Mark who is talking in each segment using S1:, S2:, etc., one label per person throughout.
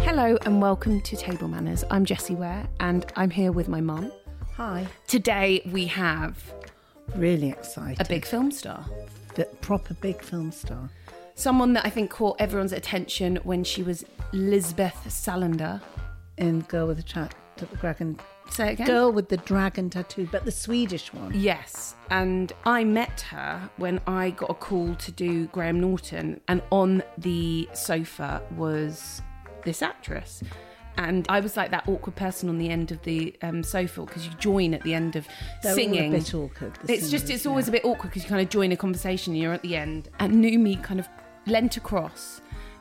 S1: Hello and welcome to Table Manners. I'm Jessie Ware and I'm here with my mum.
S2: Hi.
S1: Today we have
S2: Really excited.
S1: a big film star,
S2: B- proper big film star.
S1: someone that I think caught everyone's attention when she was Lisbeth Salander.
S2: And girl with the chat the dragon.
S1: Say it again.
S2: Girl with the dragon tattoo, but the Swedish one.
S1: Yes, and I met her when I got a call to do Graham Norton, and on the sofa was this actress. And I was like that awkward person on the end of the um, sofa because you join at the end of
S2: They're all a
S1: singing.
S2: bit awkward, the
S1: It's just
S2: singers,
S1: it's always a bit awkward because you kind of join a conversation and you're at the end. And Numi kind of leant across,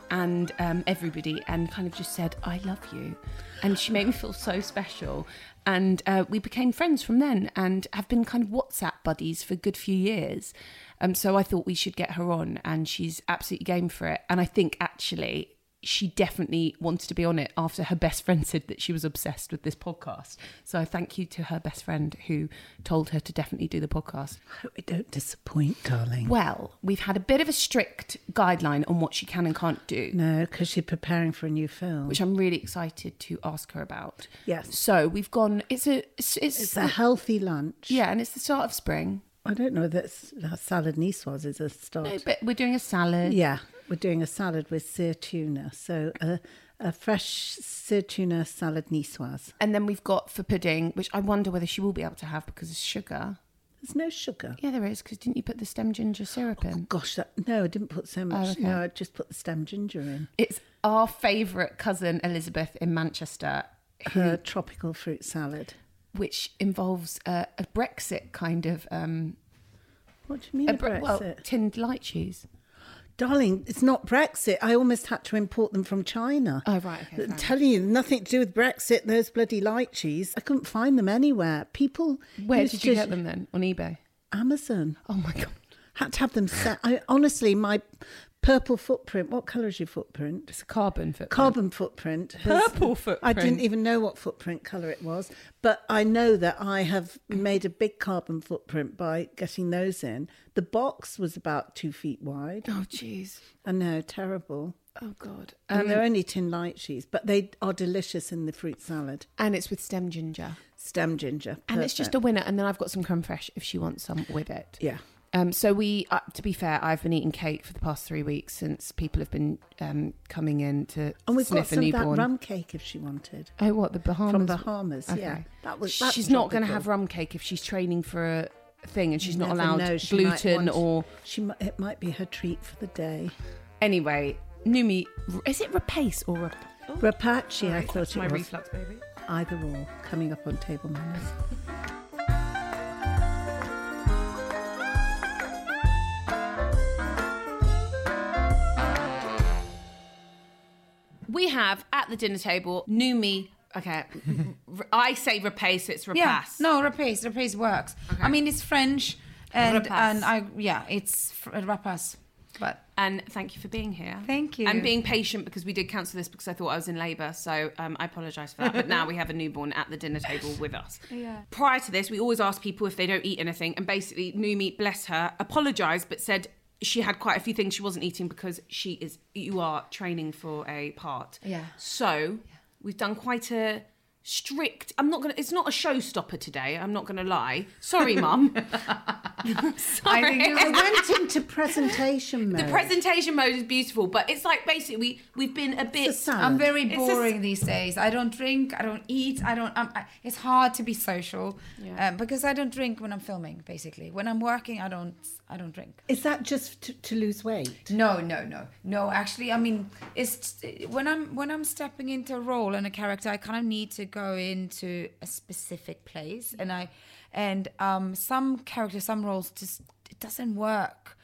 S1: and um, everybody and kind of just said, "I love you," and she made me feel so special. And uh, we became friends from then, and have been kind of WhatsApp buddies for a good few years. Um, so I thought we should get her on, and she's absolutely game for it. And I think actually. She definitely wanted to be on it after her best friend said that she was obsessed with this podcast. So I thank you to her best friend who told her to definitely do the podcast.
S2: Hope we don't disappoint, darling.
S1: Well, we've had a bit of a strict guideline on what she can and can't do.
S2: No, because she's preparing for a new film.
S1: which I'm really excited to ask her about.
S2: Yes.
S1: So we've gone. It's a. It's, it's,
S2: it's a healthy lunch.
S1: yeah, and it's the start of spring.
S2: I don't know that s- that salad niçoise is a start.
S1: No, but we're doing a salad.
S2: Yeah, we're doing a salad with sear tuna. So a, a fresh sear tuna salad niçoise.
S1: And then we've got for pudding, which I wonder whether she will be able to have because of sugar.
S2: There's no sugar.
S1: Yeah, there is because didn't you put the stem ginger syrup in?
S2: Gosh, that, no, I didn't put so much.
S1: okay.
S2: No, I just put the stem ginger in.
S1: It's our favourite cousin Elizabeth in Manchester,
S2: Her tropical fruit salad.
S1: which involves a, a Brexit kind of um,
S2: What do you mean
S1: a
S2: a
S1: Bre-
S2: Brexit?
S1: well tinned lychees.
S2: Darling, it's not Brexit. I almost had to import them from China.
S1: Oh, right, okay,
S2: I'm
S1: fine.
S2: telling you, nothing to do with Brexit, those bloody lychees. I couldn't find them anywhere. People.
S1: Where
S2: used
S1: did you
S2: to-
S1: get them then? On eBay.
S2: Amazon.
S1: Oh my god.
S2: Had to have them set. I, honestly, my purple footprint, what colour is your footprint?
S1: It's a carbon footprint.
S2: Carbon footprint. has-
S1: Purple
S2: I
S1: footprint.
S2: didn't even know what footprint colour it was, but I know that I have made a big carbon footprint by getting those in. The box was about two feet wide.
S1: Oh jeez.
S2: I know, terrible.
S1: Oh god.
S2: And they're only tin lychees, but they are delicious in the fruit salad.
S1: And it's with stem ginger.
S2: Stem ginger.
S1: And it's just a winner. And then I've got some creme fraiche if she wants some with it.
S2: Yeah.
S1: Um, so we, uh, to be fair, I've been eating cake for the past three weeks since people have been um, coming in to
S2: And we've
S1: sniff
S2: got some
S1: a
S2: of that
S1: newborn.
S2: rum cake if she wanted.
S1: oh, what the Bahamas?
S2: From Bahamas, yeah.
S1: Okay.
S2: That was that's
S1: she's not going to
S2: tropical.
S1: have rum cake if she's training for a thing and she's not
S2: Never
S1: allowed
S2: know, she might
S1: gluten
S2: want-
S1: or
S2: she mi- it might be her treat for the day.
S1: anyway. Numi, is it rapace or rap-
S2: Rapace, I thought it
S3: my
S2: was.
S3: reflux baby.
S2: Either or, coming up on table manners.
S1: We have at the dinner table Numi. Okay, r- I say rapace. It's rapace.
S3: Yeah, no, rapace, rapace works. I mean, it's French, and
S1: Rapace.
S3: and I yeah, it's fr- rapace, but
S1: And thank you for being here.
S3: Thank you.
S1: And being patient because we did cancel this because I thought I was in labour. So um, I apologise for that. But now we have a newborn at the dinner table with us.
S3: Yeah.
S1: Prior to this, we always ask people if they don't eat anything. And basically, Numi, bless her, apologised but said she had quite a few things she wasn't eating because she is, you are training for a part.
S3: Yeah.
S1: So we've done quite a strict i'm not gonna it's not a showstopper today i'm not gonna lie sorry mum
S3: I think it was
S2: I went into presentation mode.
S1: The presentation mode is beautiful, but it's like basically we we've been a bit.
S2: It's a salad.
S3: I'm very
S1: It's a s-
S3: boring these days. I don't drink. I don't eat. I don't. I'm, I, it's hard to be social
S1: Yeah.
S3: um, because I don't drink when I'm filming. Basically, when I'm working, I don't. I don't drink.
S2: Is that just to, to lose weight?
S3: No, no, no, no. Actually, I mean, it's when I'm when I'm stepping into a role and a character, I kind of need to go into a specific place, and I, and um, some characters, some roles, just it doesn't work.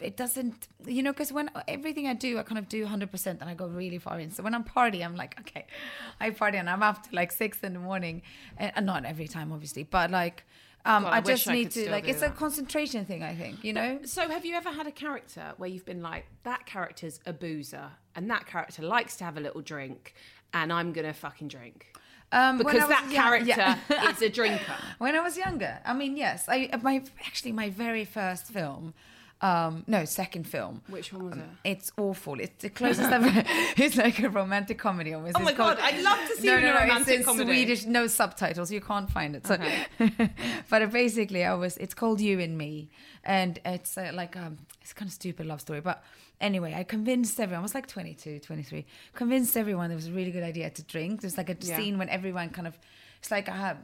S3: It doesn't, you know, because when everything I do, I kind of do 100% and I go really far in. So when I'm party, I'm like, okay, I party and I'm up to like six in the morning. And, and not every time, obviously, but like, um,
S1: God, I
S3: I,
S1: wish
S3: just
S1: I
S3: need
S1: could
S3: to,
S1: still
S3: like,
S1: do
S3: it's a
S1: that.
S3: concentration thing, I think, you know?
S1: So have you ever had a character where you've been like that character's a boozer and that character likes to have a little drink and I'm gonna fucking drink
S3: Um, when I
S1: because
S3: was
S1: that
S3: young- yeah.
S1: character is a drinker.
S3: uh, when I was younger. I mean, yes, I my actually my very first film. Um, no, second film. Um,
S1: Which one was it?
S3: It's awful. It's the closest I've. It's like a romantic comedy almost.
S1: Oh my
S3: It's called-
S1: God, I'd love to see you in a romantic
S3: it's in
S1: comedy.
S3: Swedish, no subtitles. You can't find it. So, but basically, I was. It's called You and Me, and it's uh, like um, it's kind of stupid love story. But anyway, I convinced everyone. I was like 22, 23. Convinced everyone it was a really good idea to drink. There's like a
S1: Yeah.
S3: scene when everyone kind of. It's like a ha-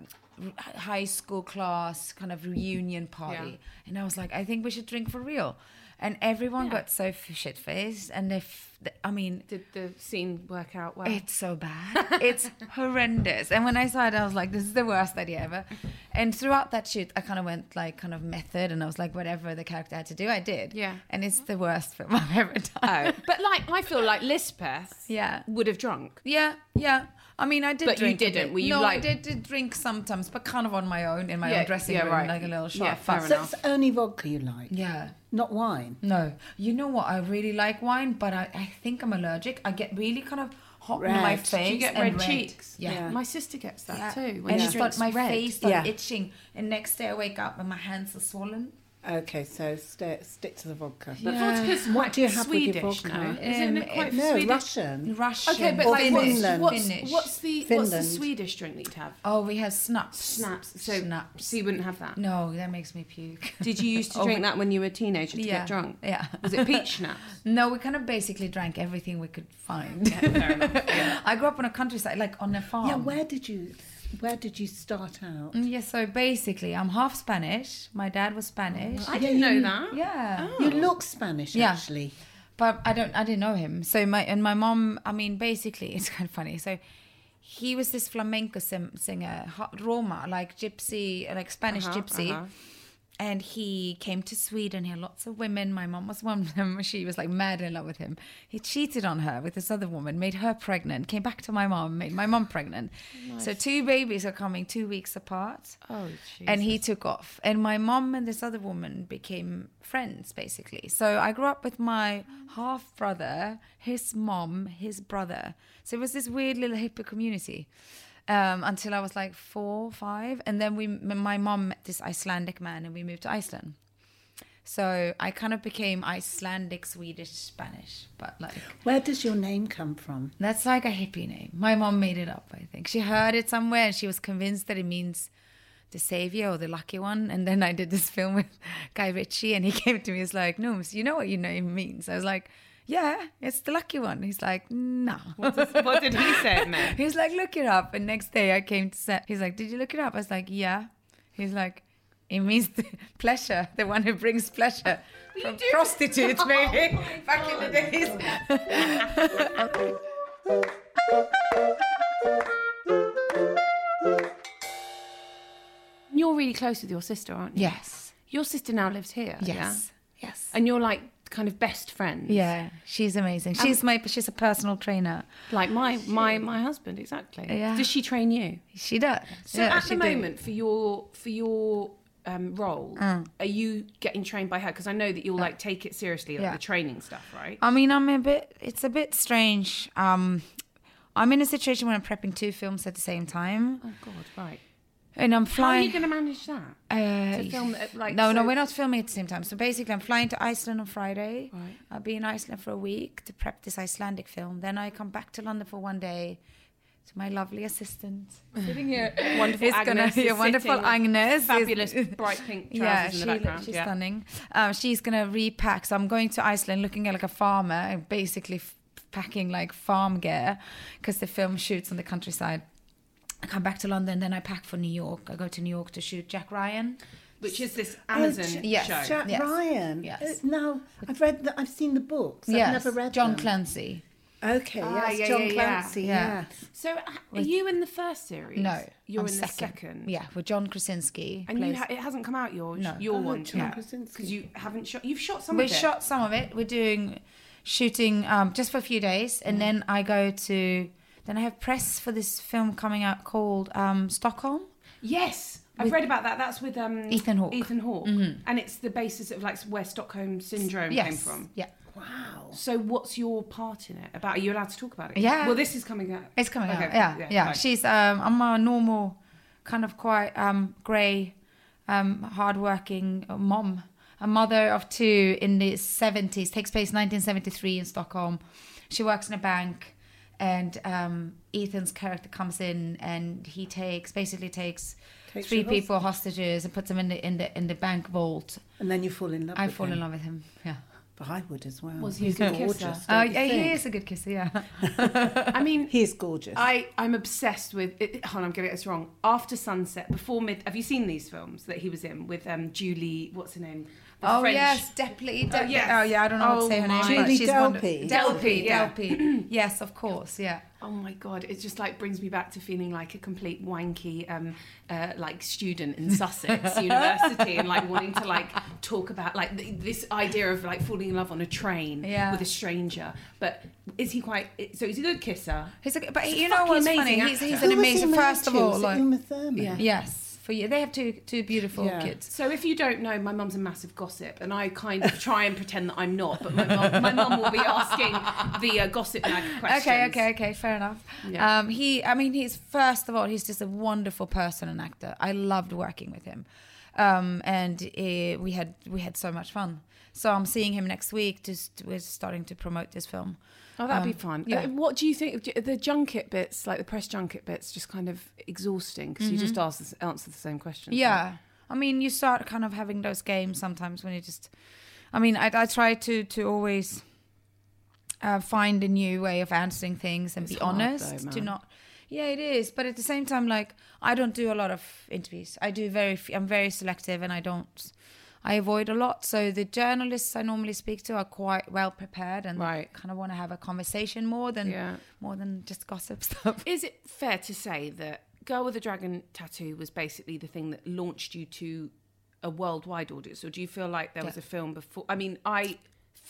S3: high school class kind of reunion party, and I was like, I think we should drink for real. And everyone got so shit faced, and if I mean,
S1: Did the scene work out well?
S3: it's so bad. It's horrendous. And when I saw it, I was like, this is the worst idea ever. And throughout that shoot, I kind of went like kind of method and I was like, whatever the character had to do, I did.
S1: Yeah.
S3: And it's the worst film I've ever done.
S1: Oh, but like I feel like Lispeth
S3: Yeah.
S1: would have drunk.
S3: Yeah, yeah. I mean, I did.
S1: But you
S3: drink a
S1: didn't.
S3: bit.
S1: Were you
S3: no,
S1: like-
S3: I did, did drink sometimes, but kind of on my own in my
S1: Yeah,
S3: own dressing
S1: yeah,
S3: room,
S1: right.
S3: like a little shot.
S1: Yeah, fair
S3: fuck.
S2: So it's only vodka you like,
S3: Yeah.
S2: not wine.
S3: No, you know what? I really like wine, but I, I think I'm allergic. I get really kind of hot in my
S2: Red. Do
S3: face.
S1: you get
S3: and
S1: red, cheeks.
S3: Yeah.
S1: My sister gets that too.
S3: and
S1: she
S3: it's got
S1: drinks
S3: my
S1: red.
S3: face started
S2: Yeah.
S3: itching, and next day I wake up and my hands are swollen.
S2: Okay, so stay, stick to the vodka.
S1: But
S3: Yeah.
S1: vodka's
S2: What
S1: quite
S2: do you have with your
S1: Swedish
S2: vodka?
S1: now. Isn't
S3: Um,
S1: it quite
S2: no,
S1: Swedish?
S2: Russian.
S3: Russian.
S1: Okay, but
S2: Or
S1: like
S3: Finnish.
S1: what's,
S2: Finland.
S1: what's,
S3: Finnish.
S1: what's the what's the
S2: Finland.
S1: Swedish drink that you'd have?
S3: Oh, we have snaps.
S1: Snaps. So,
S3: snaps.
S1: so you wouldn't have that.
S3: No, that makes me puke.
S1: Did you used to
S3: Oh,
S1: drink that when you were a teenager to
S3: yeah.
S1: get drunk?
S3: Yeah.
S1: Was it peach schnapps?
S3: No, we kind of basically drank everything we could find. I grew up on a countryside, like on a farm.
S2: Yeah, where did you, where did you start out?
S3: Mm, Yeah, so basically, I'm half Spanish. My dad was Spanish.
S1: Oh, I didn't know that.
S3: Yeah.
S2: You look Spanish,
S3: Hmm. Yeah.
S2: actually.
S3: but I don't I didn't know him. So my and my mom, I mean, basically, it's kind of funny. So he was this flamenco sim- singer, ha- Roma, like gypsy, like Spanish
S1: Uh-huh,
S3: gypsy.
S1: uh-huh.
S3: And he came to Sweden. He had lots of women. My mom was one of them. She was like mad in love with him. He cheated on her with this other woman, made her pregnant, came back to my mom, made my mom pregnant. So two babies are coming two weeks apart
S1: Oh,
S3: and he took off and my mom and this other woman became friends basically so i grew up with my half brother his mom his brother so it was this weird little hippie community um, until i was like four five and then we m- my mom met this icelandic man and we moved to iceland so i kind of became icelandic swedish spanish but like
S2: Where does your name come from?
S3: that's like a hippie name. My mom made it up, I think. She heard it somewhere and she was convinced that it means the savior or the lucky one. And then I did this film with Guy Ritchie and he came to me, he's like, Nooms, you know what your name means? I was like, yeah, it's the lucky one. He's like, no.
S1: what did he say, man?
S3: He's like, look it up. And next day I came to set. He's like, did you look it up? I was like, yeah. He's like, it means the pleasure, the one who brings pleasure. From prostitutes, maybe. Back in the days.
S1: You're really close with your sister, aren't you?
S3: Yes.
S1: Your sister now lives here.
S3: Yes. Yes.
S1: Yeah? And you're like kind of best friends.
S3: Yeah, she's amazing.
S1: Um,
S3: She's my she's a personal trainer.
S1: Like my my my husband, exactly.
S3: Yeah.
S1: Does she train you?
S3: She does.
S1: So
S3: Yeah,
S1: at
S3: she
S1: the
S3: do.
S1: moment, for your for your um, role,
S3: Mm.
S1: are you getting trained by her? Because I know that you'll like take it seriously, like
S3: Uh. Yeah.
S1: the training stuff, right?
S3: I mean, I'm a bit. It's a bit strange. Um, I'm in a situation where I'm prepping two films at the same time,
S1: Oh God, right.
S3: and I'm
S1: How are
S3: flying.
S1: you going to manage that?
S3: Uh,
S1: to film it, like,
S3: no, no,
S1: so-
S3: we're not filming at the same time. So basically, I'm flying to Iceland on Friday.
S1: Right.
S3: I'll be in Iceland for a week to prep this Icelandic film. Then I come back to London for one day to my lovely assistant sitting here.
S1: Wonderful
S3: It's gonna
S1: Agnes
S3: be a
S1: is
S3: wonderful
S1: sitting,
S3: Agnes. is-
S1: Fabulous, bright pink trousers
S3: yeah,
S1: in the
S3: she,
S1: background.
S3: she's
S1: yeah.
S3: stunning. Um, she's gonna repack. So I'm going to Iceland, looking like a farmer, and basically f- packing like farm gear because the film shoots on the countryside. I come back to London, then I pack for New York. I go to New York to shoot Jack Ryan.
S1: Which is this Amazon
S2: J-
S3: Oh, yes,
S1: show?
S2: Jack
S3: Yes.
S2: Ryan.
S3: Yes.
S2: Uh, now I've read that. I've seen the books.
S3: Yes,
S2: I've never read
S3: John
S2: them.
S3: Clancy.
S2: Okay,
S1: Ah,
S2: yes,
S1: yeah,
S2: John
S1: yeah, yeah.
S2: Clancy.
S3: Yeah.
S2: Yes.
S1: So, uh, are you in the first series?
S3: No,
S1: you're
S3: I'm
S1: in the
S3: second.
S1: second.
S3: Yeah, with John Krasinski.
S1: and you
S3: plays-
S1: ha- it hasn't come out your
S3: No.
S1: your
S2: Oh,
S1: one,
S2: John
S1: yeah.
S2: Krasinski.
S1: because you haven't shot. You've shot some
S3: we
S1: of it.
S3: shot some of it. We're doing shooting um, just for a few days,
S1: Mm.
S3: and then I go to. Then I have press for this film coming out called um, Stockholm.
S1: Yes, I've read about that. That's with um,
S3: Ethan Hawke. Mm-hmm.
S1: Ethan Hawke, and it's the basis of like where Stockholm syndrome came
S3: Yes.
S1: from.
S3: Yeah.
S2: Wow.
S1: So, what's your part in it? About are you allowed to talk about it?
S3: Yeah.
S1: Well, this is coming out.
S3: It's coming
S1: Okay,
S3: out. Yeah, yeah.
S1: fine.
S3: She's um, I'm a normal, kind of quite um, grey, um, hardworking mom. a mother of two in the 70s, takes place 1973 in Stockholm. She works in a bank, and um, Ethan's character comes in and he takes basically takes,
S2: Takes
S3: three
S2: you hostage.
S3: people hostages and puts them in the in the in the bank vault.
S2: And then you fall in love.
S3: I
S2: with
S3: fall
S2: him.
S3: in love with him. Yeah.
S2: But I would as well.
S1: Was he a good kisser?
S3: Oh,
S2: don't you
S3: yeah, he
S2: think?
S3: is a good kisser. Yeah.
S1: I mean,
S2: He is gorgeous.
S1: I, I'm obsessed with. It, hold on, I'm getting this wrong. After Sunset, before mid. Have you seen these films that he was in with um, Julie? What's her name? The
S3: Oh
S1: French-
S3: yes, Depley. Dep- oh,
S1: yes.
S3: yeah, I don't know what
S1: Oh,
S3: to say her name.
S1: my-
S3: but
S2: Julie
S3: she's wonder-
S2: Delpy.
S3: Delpy.
S1: Delpy, yeah.
S3: Delpy. yes, of course. Yeah.
S1: Oh my god! It just like brings me back to feeling like a complete wanky, um, uh, like student in Sussex University, and like wanting to like talk about like th- this idea of like falling in love on a train
S3: Yeah.
S1: with a stranger. But is he quite? So he's a good kisser.
S3: He's a, but
S1: He's a
S3: you know
S1: fucking
S3: what's
S1: amazing
S3: funny? He's,
S1: actor.
S3: he's
S2: Who
S3: an
S2: was he
S3: amazing.
S2: married
S3: First of
S2: to?
S3: all,
S2: Was it
S3: like
S2: Uma Thurman.
S1: Yeah.
S3: yes, for you, they have two two beautiful
S2: Yeah.
S3: kids.
S1: So if you don't know, my mum's a massive gossip, and I kind of try and pretend that I'm not, but my mum, my mum will be asking the uh, gossip bag questions.
S3: Okay, okay, okay. Fair enough.
S1: Yeah.
S3: Um, he, I mean, he's first of all, he's just a wonderful person and actor. I loved working with him, um, and eh, we had we had so much fun. So I'm seeing him next week. Just we're starting to promote this film.
S1: Oh, that'd be
S3: Um,
S1: fun.
S3: yeah.
S1: Uh, What do you think? do- The junket bits, like the press junket bits, just kind of exhausting because you just ask, this- answer the same question.
S3: Mm-hmm. Yeah. I mean, you start kind of having those games sometimes when you just. I mean, I, I try to to always uh, find a new way of answering things and
S1: It's
S3: be
S1: hard though,
S3: honest. to
S1: man.
S3: not. Yeah, it is. But at the same time, like I don't do a lot of interviews. I do very. f- I'm very selective, and I don't. I avoid a lot. So the journalists I normally speak to are quite well prepared and
S1: Right.
S3: kind of want to have a conversation more than
S1: Yeah.
S3: more than just gossip stuff.
S1: Is it fair to say that Girl with a Dragon Tattoo was basically the thing that launched you to a worldwide audience, or do you feel like there was a film before? I mean, I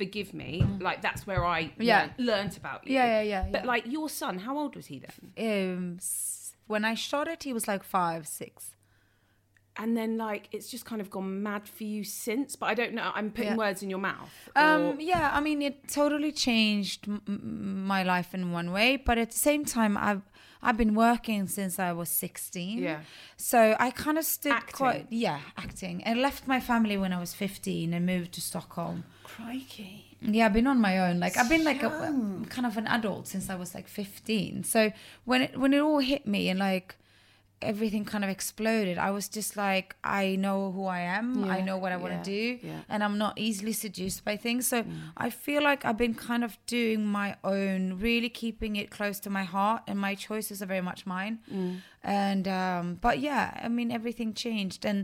S1: forgive me, like that's where I
S3: Mm-hmm. Yeah.
S1: learnt, learnt about you.
S3: Yeah, yeah, yeah,
S1: But
S3: yeah.
S1: like your son, how old was he then?
S3: Um, s- when I shot it, he was like five, six.
S1: And then like it's just kind of gone mad for you since. But I don't know. I'm putting
S3: Yeah.
S1: words in your mouth.
S3: Um, yeah, I mean, it totally changed m- m- my life in one way, but at the same time, I've I've been working since I was sixteen.
S1: Yeah.
S3: so I kind of stood
S1: Acting.
S3: quite, yeah, acting, and left my family when I was fifteen and moved to Stockholm.
S2: Crikey.
S3: Yeah, I've been on my own. Like I've been like a, um, kind of an adult since I was like 15. So when it when it all hit me and like everything kind of exploded, I was just like, I know who I am. I
S1: Yeah,
S3: know what I
S1: yeah,
S3: want to do,
S1: yeah. Mm.
S3: and I'm not easily seduced by things. So I feel like I've been kind of doing my own, really keeping it close to my heart, and my choices are very much mine.
S1: Mm.
S3: And um, but yeah, I mean everything changed and.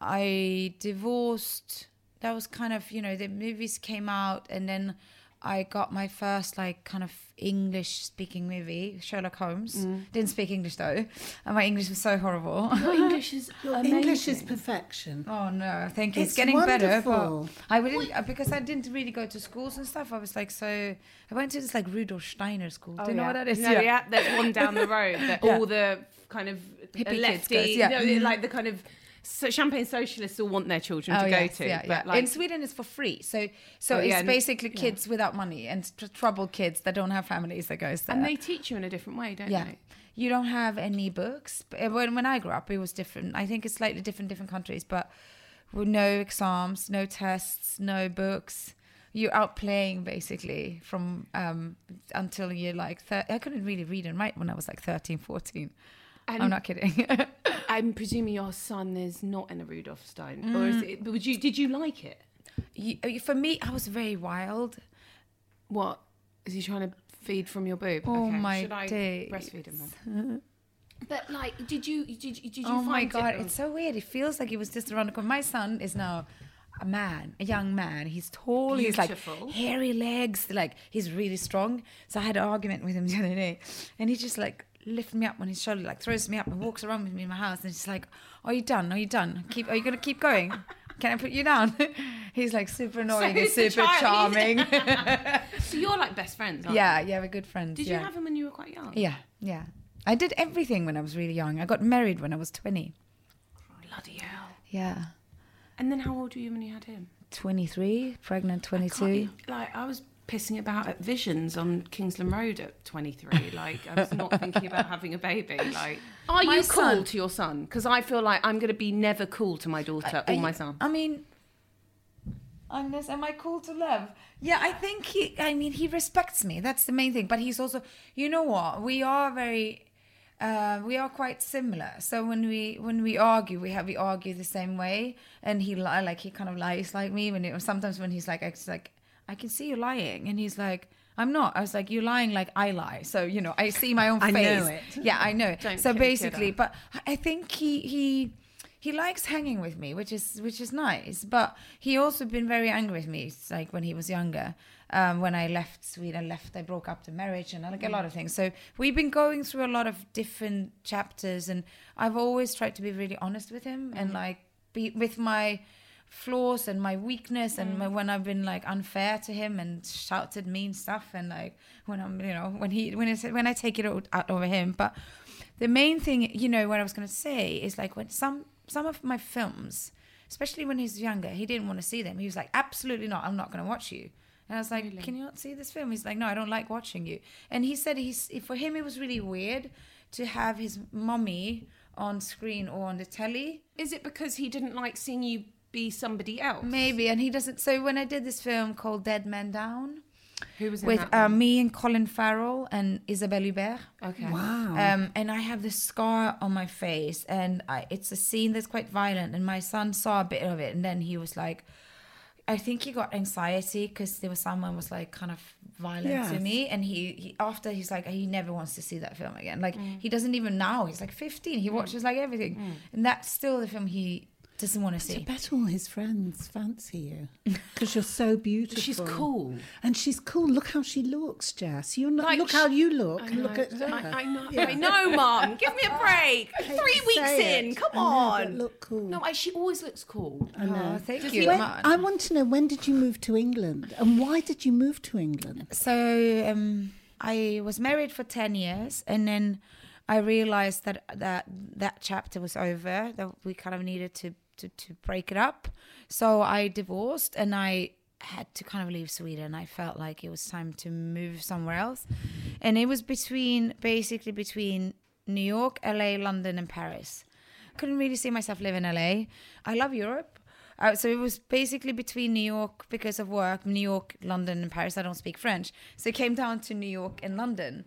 S3: I divorced. That was kind of, you know, the movies came out and then I got my first like kind of English speaking movie, Sherlock Holmes.
S1: Mm.
S3: Didn't speak English though. And my English was so horrible.
S1: Your English is your
S2: English is perfection.
S3: Oh no, thank you. It's,
S2: It's
S3: getting better,
S2: wonderful.
S3: but I wouldn't uh, because I didn't really go to schools and stuff. I was like so I went to this like Rudolf Steiner school. Do you know what that is?
S1: No, Oh, yeah. there's one down the road that
S3: Yeah.
S1: all the kind of
S3: Hippie kids
S1: lefty,
S3: goes, yeah. Mm-hmm.
S1: no, they're like the kind of so champagne socialists all want their children to go
S3: Oh, yes,
S1: to,
S3: yeah,
S1: but
S3: yeah.
S1: like
S3: in Sweden, it's for free. So, so
S1: Oh,
S3: it's
S1: yeah, and-
S3: basically
S1: yeah.
S3: kids without money and tr- troubled kids that don't have families that goes there.
S1: and they teach you in a different way, don't
S3: yeah
S1: they?
S3: you don't have any books But when, when i grew up it was different i think it's slightly different different countries but with no exams no tests no books you're out playing basically from um, until you're like thir- i couldn't really read and write when i was like 13 14 i'm
S1: And-
S3: not kidding
S1: I'm presuming your son is not in a Rudolf Stein, or
S3: Mm.
S1: is it? But would you? Did you like it?
S3: You- uh, for me i was very wild
S1: What is he trying to feed from your boob?
S3: Oh my
S1: Should I
S3: days.
S1: breastfeed him? Then? but like, did you? Did you? Did you
S3: oh
S1: find
S3: my god
S1: it?
S3: it's so weird it feels like it was just around the corner my son is now a man a young man he's tall he's
S1: Beautiful.
S3: like hairy legs like he's really strong so i had an argument with him the other day and he just like lifts me up on his shoulder like throws me up and walks around with me in my house and he's like are you done are you done keep are you gonna keep going can i put you down he's like super annoying and
S1: who's the
S3: super
S1: child?
S3: charming
S1: so you're like best friends, aren't
S3: yeah
S1: you?
S3: yeah we're good friends
S1: Did
S3: yeah.
S1: you have him when you were quite young?
S3: yeah yeah i did everything when i was really young i got married when i was 20
S1: Bloody hell!
S3: yeah
S1: And then how old were you when you had him?
S3: 23, pregnant 22.
S1: Can't- e, Like I was pissing about at Visions on Kingsland Road at 23. Like I was not thinking about having a baby. Like, are
S3: My
S1: you
S3: son- Uh,
S1: cool to your son? Because I feel like I'm going to be never cool to my daughter or
S3: I-
S1: my son.
S3: I mean, I'm this. Am I cool to love? Yeah, I think he. I mean, he respects me. That's the main thing. But he's also, you know what? We are very, uh, we are quite similar. So when we when we argue, we have we argue the same way. And he li- like he kind of lies like me. When it, sometimes when he's like, it's like I can see you lying, and he's like. I'm not. I was like, you're lying like I lie. So, you know, I see my own
S2: I
S3: face.
S2: know it.
S3: Yeah, I know it.
S1: Don't
S3: so
S1: kid a kid
S3: basically,
S1: up.
S3: but I think he he he likes hanging with me, which is which is nice. But he also been very angry with me, it's like when he was younger. Um, when I left Sweden, I left, I broke up the marriage and
S1: Mm.
S3: like a lot of things. So we've been going through a lot of different chapters, and I've always tried to be really honest with him
S1: Mm.
S3: and like be with my flaws and my weakness and my, when I've been like unfair to him and shouted mean stuff and like when I'm you know when he when it's when I take it out, out over him but the main thing you know what I was going to say is like when some some of my films especially when he's younger he didn't want to see them he was like absolutely not I'm not going to watch you and I was like can you not see this film he's like no I don't like watching you and he said he's for him it was really weird to have his mummy on screen or on the telly
S1: Is it because he didn't like seeing you be somebody else?
S3: Maybe, and he doesn't. So when I did this film called Dead Man Down
S1: Who was in
S3: with
S1: that
S3: uh,
S1: one?
S3: me and Colin Farrell and Isabelle Hubert,
S1: Okay.
S2: Wow.
S3: um, and I have this scar on my face, and I, it's a scene that's quite violent. And my son saw a bit of it, and then he was like, I think he got anxiety because there was someone was like kind of violent to
S2: Yes.
S3: me, and he, he after he's like he never wants to see that film again. Like
S1: Mm.
S3: he doesn't even now. He's like 15. He watches like everything, and that's still the film he doesn't want to
S2: I
S3: see.
S2: bet all his friends fancy you because you're so beautiful.
S1: She's cool.
S2: and she's cool. Look how she looks, Jess. You not
S1: Like
S2: look
S1: she-
S2: how you look.
S1: I know.
S2: Look at her.
S1: I, I know.
S2: Yeah.
S1: I know, Mum. Give me a break.
S2: Hate
S1: Three
S2: to
S1: weeks
S2: say it.
S1: in. Come
S2: I know, but
S1: on.
S2: look Uh, cool.
S1: No, I, she always looks cool.
S2: I know.
S3: Oh, thank
S1: Does
S3: you.
S1: he-
S2: When-
S3: Martin.
S2: I want to know when did you move to England and why did you move to England?
S3: so um, I was married for ten years, and then I realized that that that chapter was over. That we kind of needed to to to break it up. So I divorced, and I had to kind of leave Sweden. I felt like it was time to move somewhere else, and it was between basically between New York, LA, London, and Paris. Couldn't really see myself live in LA. I love Europe. Uh, so it was basically between New York because of work, New York, London, and Paris. I don't speak French, so it came down to New York and London,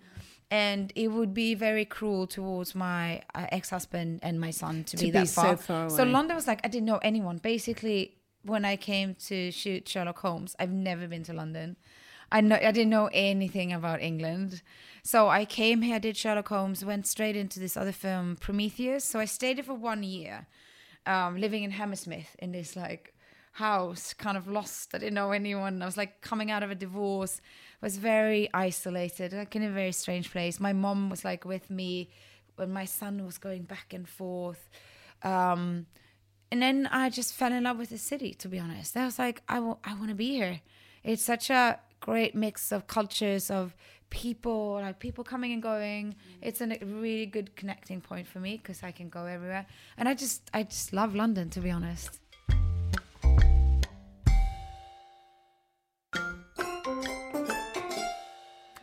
S3: and it would be very cruel towards my uh, ex-husband and my son to,
S2: To
S3: be, that
S2: be so
S3: far.
S2: far
S3: So
S2: away.
S3: London was like I didn't know anyone. Basically, when I came to shoot Sherlock Holmes, I've never been to London. I know I didn't know anything about England. So I came here, did Sherlock Holmes, went straight into this other film, Prometheus. So I stayed there for one year, um, living in Hammersmith in this like house, kind of lost. I didn't know anyone. I was like coming out of a divorce, was very isolated, like in a very strange place. My mom was like with me when my son was going back and forth. Um, and then I just fell in love with the city, to be honest. I was like, I want to be here. It's such a great mix of cultures, of people, like people coming and going. It's an- a really good connecting point for me because I can go everywhere. And I just, I just love London, to be honest.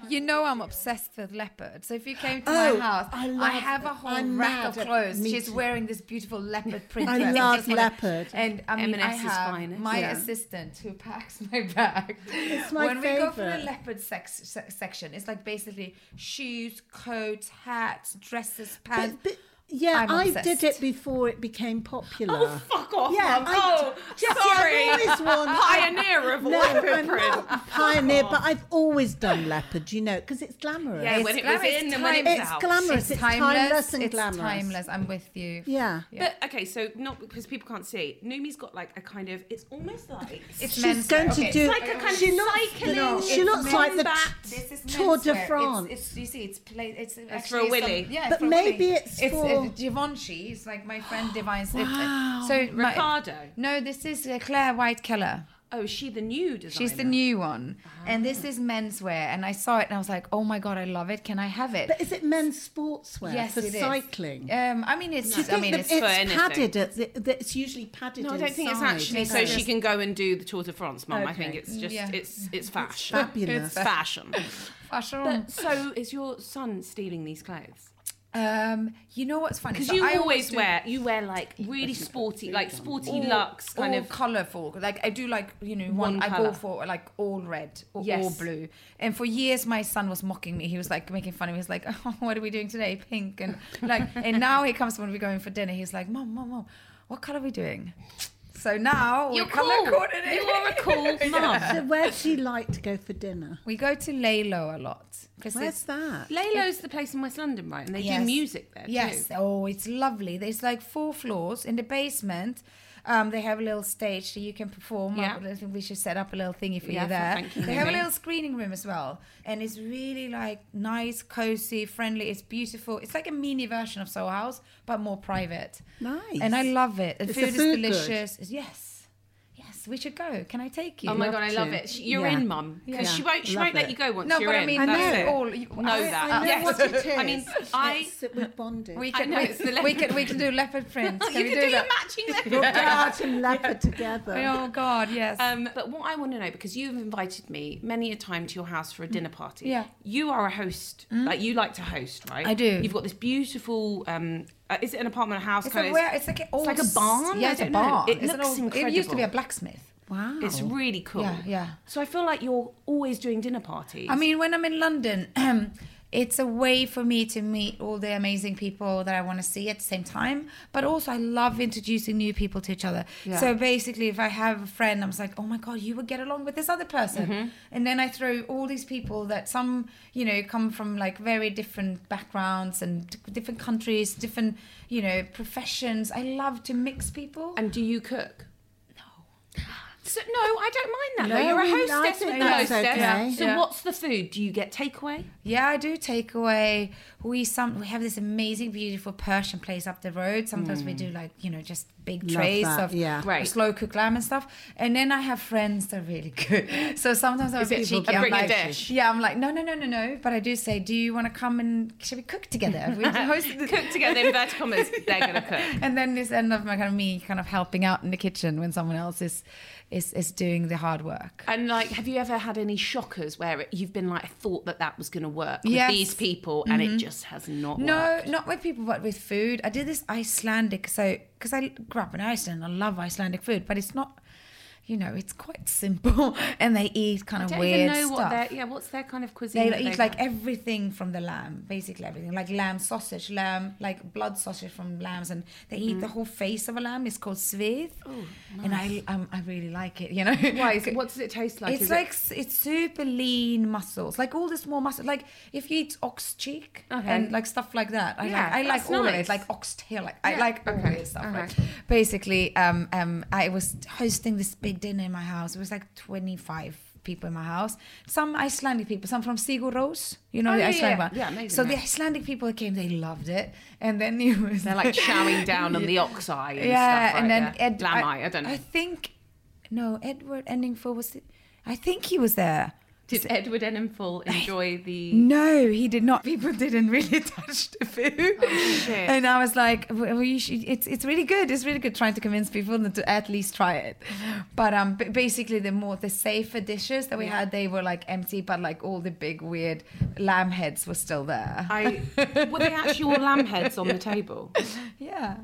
S3: You know I'm obsessed with leopard. So if you came to
S2: Oh,
S3: my house,
S2: I
S3: I,
S2: love
S3: have a
S2: it.
S3: whole
S2: I'm
S3: rack of
S2: mad at-
S3: clothes.
S2: me
S3: She's
S2: too.
S3: wearing this beautiful leopard print
S2: I
S3: dress.
S2: love
S3: just wanna-
S2: leopard.
S3: and I mean, I
S1: M&S is
S3: have
S1: finest.
S3: my
S2: Yeah.
S3: assistant who packs my bag.
S2: my
S3: when we go for the
S2: favourite.
S3: leopard sex, se- section, it's like basically shoes, coats, hats, dresses, pants.
S2: But- Uh, yeah,
S3: I'm
S2: I did
S3: obsessed.
S2: it before it became popular.
S1: Oh, fuck off,
S2: Yeah,
S1: Mum.
S2: I-
S1: oh,
S2: Jessie, I've
S1: sorry.
S2: always worn-
S1: Pioneer of
S2: no,
S1: leopard
S2: I'm
S1: print.
S2: not a pioneer, but I've always done leopard, you know, because it's glamorous.
S1: Yeah, when
S3: It's
S1: it was
S3: glamorous,
S1: in and when it was
S2: it's
S1: out.
S2: glamorous. It's, timeless, and
S3: it's
S2: glamorous.
S3: timeless. I'm with you.
S2: Yeah.
S1: But okay, so not because people can't see. Numi's got like a kind of. It's almost like
S3: It's
S2: She's
S3: men's
S2: going
S3: wear.
S2: to
S3: Okay,
S2: do.
S1: like a kind
S2: she
S1: of
S2: looks,
S1: cycling-
S2: no, she
S1: it's
S2: looks like the.
S1: combat.
S3: This is
S2: Tour de
S3: menswear. It's-
S2: France.
S3: It's, you see, it's play. It's, actually
S1: for a willy.
S3: some- yeah, it's
S2: But
S3: for a
S2: maybe
S3: willy.
S2: it's for-
S3: uh, Givenchy. It's like my friend divines.
S2: Wow.
S3: It. So my-
S1: Ricardo.
S3: no, this is uh, Claire White Keller.
S1: Oh, is she the new designer?
S3: She's the new one,
S2: Ah.
S3: and this is menswear. And I saw it, and I was like, "Oh my god, I love it! Can I have it?"
S2: But is it men's sportswear
S3: yes,
S2: for
S3: it is.
S2: cycling?
S3: Um, I mean, it's.
S2: Do you
S3: I
S2: think
S3: mean,
S2: that
S3: it's.
S1: for
S2: it's
S1: anything.
S2: padded? At the, that it's usually padded.
S1: No, I don't think it's
S2: inside?
S1: actually.
S3: It's
S1: So she
S3: just-
S1: can go and do the Tour de France, Mum. I
S2: Okay.
S1: think it's just
S3: Yeah.
S1: it's it's fashion.
S2: fabulous.
S1: It's fashion.
S3: fashion.
S1: But so is your son stealing these clothes?
S3: Um, you know what's funny?
S1: Because
S3: So
S1: you
S3: I
S1: always
S3: do-
S1: wear you wear like really sporty, like sporty looks, kind
S3: all
S1: of.
S3: colorful. Like I do like you know
S1: One
S3: one. I
S1: colour.
S3: go for like all red or all
S1: Yes.
S3: blue. And for years, my son was mocking me. He was like making fun of me. He's like, oh, "What are we doing today? Pink and like." and now he comes when we're going for dinner. He's like, "Mom, mom, mom, what color are we doing?" So now
S1: You're
S3: we're color
S1: cool.
S3: coordinated.
S1: You are a cool mum.
S2: So where do you like to go for dinner?
S3: We go to Lalo a lot because
S2: Where's that?
S1: Lalo's the place in West London, right? And they do
S3: Yes.
S1: music there
S3: Yes.
S1: too.
S3: Oh, it's lovely. There's like four floors in the basement. Um, they have a little stage that you can perform.
S1: Yeah.
S3: I think we should set up a little thingy for
S1: Yeah,
S3: you there.
S1: thank you,
S3: they have a
S1: Mimi.
S3: little screening room as well, and it's really like nice, cozy, friendly. It's beautiful. It's like a mini version of Soul House, but more private.
S2: Nice.
S3: And I love it. The
S2: Is the
S3: food,
S2: food
S3: is
S2: good?
S3: delicious. Yes. Yes, we should go. Can I take you?
S1: Oh my god, I
S2: Love
S1: love
S2: to.
S1: it. She- You're
S2: Yeah.
S1: in, mum, because
S2: Yeah.
S1: she won't. She
S2: Love
S1: won't let
S2: it.
S1: you go once
S3: no,
S1: you're
S3: but I
S1: in.
S3: mean,
S2: I
S3: that's
S1: That's
S2: know.
S1: it.
S3: all. You
S1: Know
S2: I,
S1: that.
S2: I know
S1: Yes.
S2: what it is.
S1: I mean, I-
S2: It's that we've bonded.
S3: We
S1: I
S3: can,
S1: know,
S3: we,
S1: it's the
S3: we
S1: leopard
S3: can we can do leopard print.
S1: you can do your matching
S2: Brought
S1: leopard.
S2: art and leopard together.
S3: Oh God, yes.
S1: Um, but what I want to know, because you've invited me many a time to your house for a dinner party.
S3: Yeah. Hmm?
S1: You are a host. Like you like to host, right?
S3: I do.
S1: You've got this beautiful. Um, uh, is it an apartment, a house?
S3: It's
S1: kind
S3: a
S1: of,
S3: where it's like an old,
S1: like a barn? I
S3: Yeah, it's a
S1: don't know.
S3: barn.
S1: It
S3: It's an
S1: looks
S3: old- It used to be
S1: incredible.
S3: a blacksmith. Wow.
S1: It's really cool.
S3: Oh. Yeah, yeah.
S1: So I feel like you're always doing dinner parties.
S3: I mean, when I'm in London, it's a way for me to meet all the amazing people that I want to see at the same time. But also, I love introducing new people to each other.
S1: Yeah.
S3: So basically, if I have a friend, I'm just like, oh my god, you would get along with this other person, and then I throw all these people that some, you know, come from like very different backgrounds and d- different countries, different, you know, professions. I love to mix people.
S1: and do you cook? So, no, I don't mind that.
S2: No,
S1: though. You're a
S2: we- I
S1: hostess
S2: think
S1: with no
S2: that's
S1: hostess.
S2: okay.
S1: So
S3: Yeah.
S1: what's the food? Do you get takeaway?
S3: Yeah, I do take away. We some we have this amazing, beautiful Persian place up the road. Sometimes we do like you know just big
S2: Mm. Love
S3: trays
S2: that,
S3: of
S2: yeah.
S1: Great.
S3: slow cooked lamb and stuff. And then I have friends that are really good. So sometimes I'm
S1: Is it
S3: people
S1: cheeky?
S3: I'm
S1: Bring a
S3: like,
S1: dish.
S3: Yeah, I'm like no no no no no. But I do say, do you want to come and shall we cook together? We host the-
S1: Cook together, inverted commas, they're going to cook.
S3: and then this end of my kind of me kind of helping out in the kitchen when someone else is is is doing the hard work.
S1: And like, have you ever had any shockers where it, you've been like, I thought that that was going to work with
S3: Yes.
S1: these people, and it just has not
S3: No,
S1: worked?
S3: not with people, but with food. I did this Icelandic, so because I grew up in Iceland, I love Icelandic food, but it's not, you know, it's quite simple, and they eat kind
S1: I
S3: of
S1: don't
S3: weird
S1: even know what
S3: stuff.
S1: their yeah. What's their kind of cuisine?
S3: they
S1: that
S3: eat
S1: they
S3: like
S1: have?
S3: everything from the lamb, basically everything, like lamb sausage, lamb, like blood sausage from lambs, and they eat
S1: Mm-hmm.
S3: the whole face of a lamb. It's called svith, and I um, I really like it, you know.
S1: Oh, Why is it, what does it taste like?
S3: It's
S1: Is
S3: like s it's super lean muscles, like all the small muscles. Like if you eat ox cheek
S1: Okay.
S3: and like stuff like that. I
S1: Yeah,
S3: like I like
S1: that's
S3: all of
S1: nice.
S3: it, like oxtail. Like I
S1: Yeah,
S3: like all
S1: okay,
S3: this stuff.
S1: okay.
S3: right? Basically, um, um, I was hosting this big dinner in my house. It was like twenty five people in my house. Some Icelandic people, some from Sigur Rós. You know
S1: Oh,
S3: the
S1: yeah,
S3: Icelandic
S1: yeah.
S3: one.
S1: Yeah, amazing,
S3: So the
S1: yeah.
S3: Icelandic people came. They loved it, and then it was
S1: they're like chowing down on the ox eye and
S3: yeah,
S1: stuff. Right?
S3: and then
S1: yeah.
S3: Ed,
S1: lamb eye. I don't know.
S3: I think no, Edward Endingfield was. The, I think he was there.
S1: Did Edward Enninful enjoy the?
S3: No, he did not. People didn't really touch the food,
S1: Oh, shit.
S3: and I was like, well, you should, "It's it's really good. It's really good." Trying to convince people that to at least try it, but um, b- basically the more the safer dishes that we had, they were like empty, but like all the big weird lamb heads were still there.
S1: I were they actual lamb heads on the table?
S3: yeah,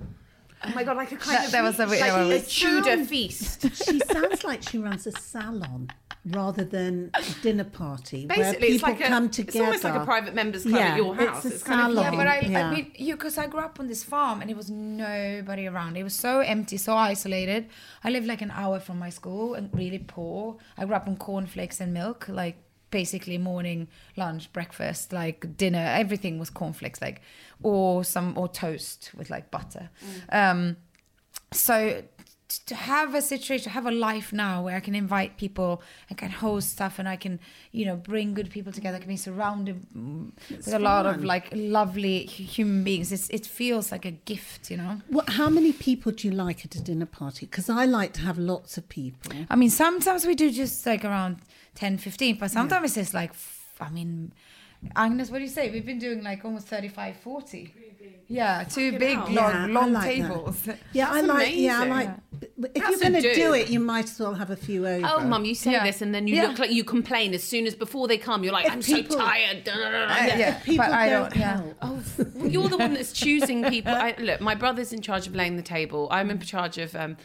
S1: Oh my god, like a kind
S3: That-
S1: of
S3: that was a bit-
S1: like
S3: that
S1: a
S2: was-
S1: Tudor
S2: Sound.
S1: feast.
S2: She sounds like she runs a salon rather than a dinner party where
S1: Basically,
S2: people
S1: it's like a,
S2: come
S1: it's
S2: together.
S1: almost like a private members club
S2: Yeah,
S1: at your
S2: it's
S1: house.
S2: a
S1: kind of
S2: salon.
S3: Yeah, but I,
S2: Yeah.
S3: I mean, you because I grew up on this farm and it was nobody around. It was so empty, so isolated. I lived like an hour from my school and really poor. I grew up on cornflakes and milk, like basically morning, lunch, breakfast, like dinner. Everything was cornflakes, like or some or toast with like butter. Um, so t- to have a situation to have a life now where i can invite people i can host stuff and i can you know bring good people together i can be surrounded mm, with a lot of
S2: fun.
S3: like lovely hu- human beings it's, it feels like a gift you know
S2: What, how many people do you like at a dinner party? Because I like to have lots of people.
S3: i mean sometimes we do just like around 10 15 but sometimes it's like f- i mean Agnes, what do you say? We've been doing like almost 35, 40. Yeah, two
S1: Fucking
S3: big
S1: hell.
S3: long,
S2: Yeah, I
S3: long
S2: like that.
S3: tables.
S2: Yeah, I
S1: That's
S2: like. Yeah, I
S1: amazing.
S2: like. If you're
S1: That's a
S2: going to
S1: do.
S2: do it, you might as well have a few over.
S1: Oh, mum, you say
S3: Yeah.
S1: this, and then you
S3: Yeah.
S1: look like you complain as soon as before they come. You're like,
S2: If
S1: I'm
S2: people-
S1: so tired. da, da, da, da."
S3: Yeah,
S2: Uh, If people
S3: but I
S2: don't
S3: don't- yeah.
S2: help.
S1: Oh, f- well, you're the one that's choosing people. I, look, my brother's in charge of laying the table. I'm in charge of. Um,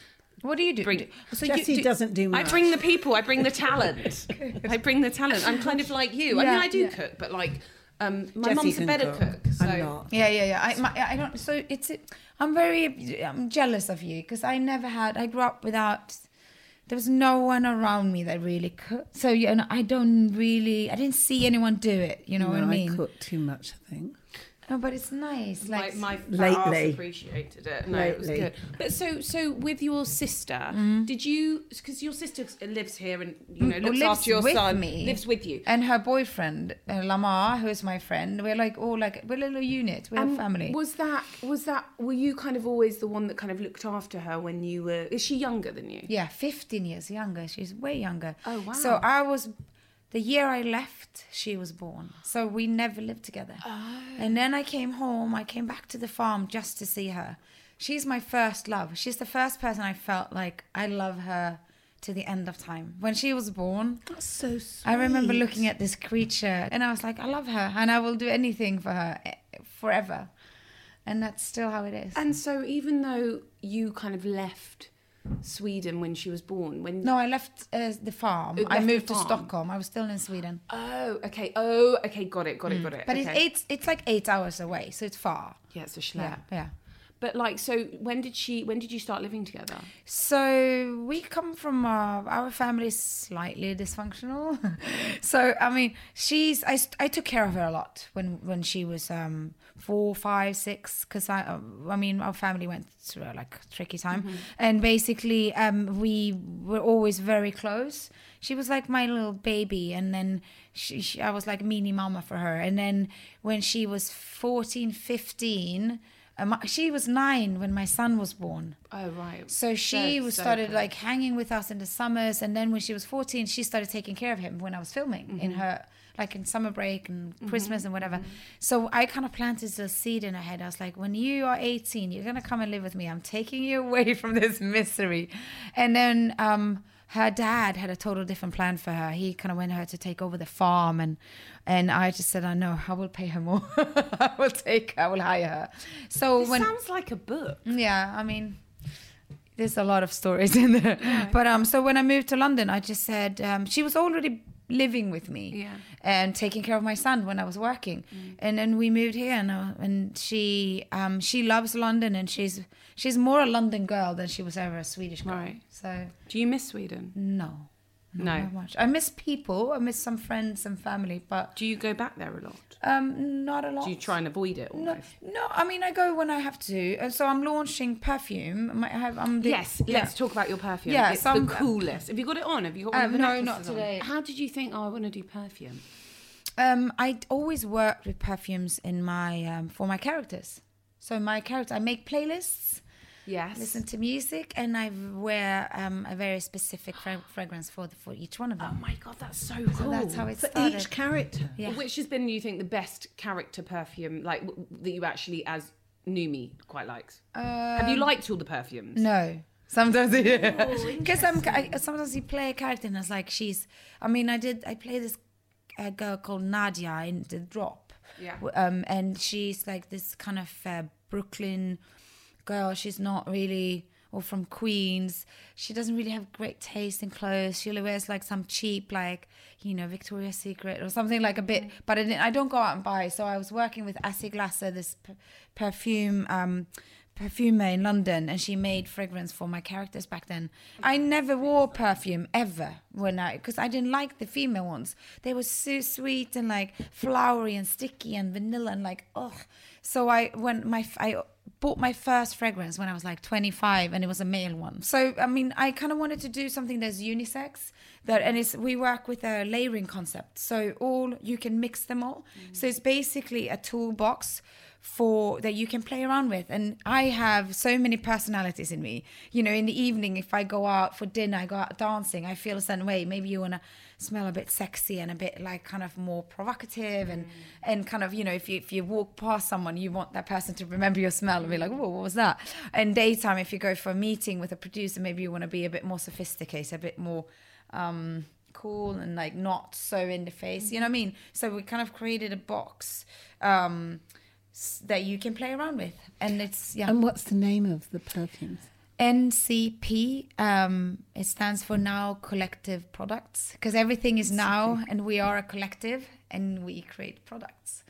S3: What do you do?
S1: bring, so
S2: Jessie doesn't do
S1: I
S2: much.
S1: bring the people. I bring the talent. I bring the talent. I'm kind of like you. I mean,
S3: Yeah,
S1: I do
S3: yeah.
S1: cook, but like, um, my
S2: Jessie
S1: mum's a
S2: can
S1: better cook. so.
S2: I'm not.
S3: Yeah, yeah, yeah. I, my, I don't. So it's. I'm very. I'm jealous of you because I never had. I grew up without. There was no one around me that really cooked. So you know, I don't really. I didn't see anyone do it. You know what I
S2: No,
S3: mean?
S2: I cook too much. I think.
S3: Oh, but it's nice.
S1: my,
S3: Like
S1: my
S2: Lately.
S1: lately appreciated it. No, it was
S2: Lately.
S1: good. But so so with your sister, did you because your sister lives here and you know
S3: Mm,
S1: looks
S3: lives
S1: after your
S3: with
S1: son,
S3: me.
S1: lives with you.
S3: and her boyfriend uh, Lamar, who is my friend. We're like all like we're a little unit. We're a
S1: And
S3: family.
S1: Was that was that were you kind of always the one that kind of looked after her when you were? Is she younger than you?
S3: Yeah, 15 years younger. She's way younger.
S1: Oh, wow.
S3: So I was, the year I left, she was born. So we never lived together.
S1: Oh.
S3: And then I came home, I came back to the farm just to see her. She's my first love. She's the first person I felt like I love her to the end of time. When she was born,
S2: That's so sweet.
S3: I remember looking at this creature and I was like, I love her and I will do anything for her eh, forever. And that's still how it is.
S1: And so even though you kind of left Sweden when she was born, when
S3: No, I left uh, the farm.
S1: You
S3: I
S1: left the
S3: moved to
S1: farm?
S3: Stockholm. I was still in Sweden.
S1: oh okay oh okay got it got it got it.
S3: Mm. But
S1: okay.
S3: it's eight. It's like eight hours away, so it's far.
S1: yeah, it's a schlep.
S3: Yeah, yeah.
S1: But like, so when did she? When did you start living together?
S3: So we come from uh, our family is slightly dysfunctional. so I mean, she's I, st- I took care of her a lot when when she was um four, five, six. Because I um, I mean our family went through uh, like a tricky time, and basically um we were always very close. She was like my little baby, and then she, she I was like mini mama for her. And then when she was 14, 15, uh, my, she was nine when my son was born.
S1: Oh right.
S3: So she
S1: That's
S3: was
S1: so
S3: started
S1: cool.
S3: like hanging with us in the summers, and then when she was fourteen, she started taking care of him when I was filming in
S1: Mm-hmm.
S3: her like in summer break and Christmas and whatever. So I kind of planted a seed in her head. I was like, when you are eighteen, you're gonna come and live with me. I'm taking you away from this misery. And then um, her dad had a total different plan for her. He kind of wanted her to take over the farm, and and I just said, I know, I will pay her more. I will take, I will hire her. So
S1: This
S3: when
S1: sounds like a book.
S3: yeah, I mean, there's a lot of stories in there. But um, so when I moved to London, I just said um, she was already living with me
S1: Yeah. Mm.
S3: and taking care of my son when I was working, and then we moved here, and uh, and she um she loves London, and she's she's more a London girl than she was ever a Swedish girl.
S1: Right.
S3: So
S1: Do you miss Sweden?
S3: no.
S1: No.
S3: Not that much. I miss people. I miss some friends and family, but
S1: Do you go back there a lot?
S3: um, not a lot.
S1: Do you try and avoid it almost?
S3: No, no. I mean, I go when I have to. And so I'm launching perfume. My- I have. I'm the-
S1: Yes,
S3: yeah.
S1: let's talk about your perfume.
S3: Yeah,
S1: it's
S3: some-
S1: the coolest. Have you got it on? Have you got one
S3: Um,
S1: of the
S3: no,
S1: necklaces
S3: not
S1: on?
S3: today.
S1: How did you think? Oh, I want to do perfume.
S3: Um, I always worked with perfumes in my um, for my characters. So my character, I make playlists,
S1: Yes.
S3: listen to music, and I wear um, a very specific fra- fragrance for the, for each one of
S1: Oh
S3: them.
S1: my god, that's so
S3: so
S1: cool.
S3: that's how it
S2: for
S3: started.
S2: each character.
S3: yeah.
S1: Which has been, you think, the best character perfume, like w- that you actually, as Numi, quite likes. Have you liked all the perfumes?
S3: Um, No. Sometimes, yeah. Because I'm I, sometimes you play a character and it's like she's. I mean, I did. I play this uh, girl called Nadia in The Drop.
S1: Yeah.
S3: W- Um, and she's like this kind of uh, Brooklyn girl. She's not really or from Queens. She doesn't really have great taste in clothes. She only wears like some cheap, like you know, Victoria's Secret or something like a bit. But I, didn't, I don't go out and buy. So I was working with Essie Glasser, this p- perfume. Um, perfumer in London and she made fragrance for my characters back then. I never wore perfume ever when I because I didn't like the female ones. They were so sweet and like flowery and sticky and vanilla and like ugh. So I when my f- I bought my first fragrance when I was like 25 and it was a male one. So I mean I kind of wanted to do something that's unisex that and it's we work with a layering concept. So all you can mix them all. So it's basically a toolbox for that you can play around with. And I have so many personalities in me. You know, in the evening, if I go out for dinner, I go out dancing, I feel a certain way. Maybe you wanna smell a bit sexy and a bit like kind of more provocative and and kind of you know if you if you walk past someone you want that person to remember your smell and be like oh what was that and daytime if you go for a meeting with a producer maybe you want to be a bit more sophisticated a bit more um cool and like not so in the face you know what i mean so we kind of created a box um s- that you can play around with and it's yeah
S2: And what's the name of the perfumes?
S3: NCP, um, it stands for Now Collective Products, because everything is now, and we are a collective, and we create products.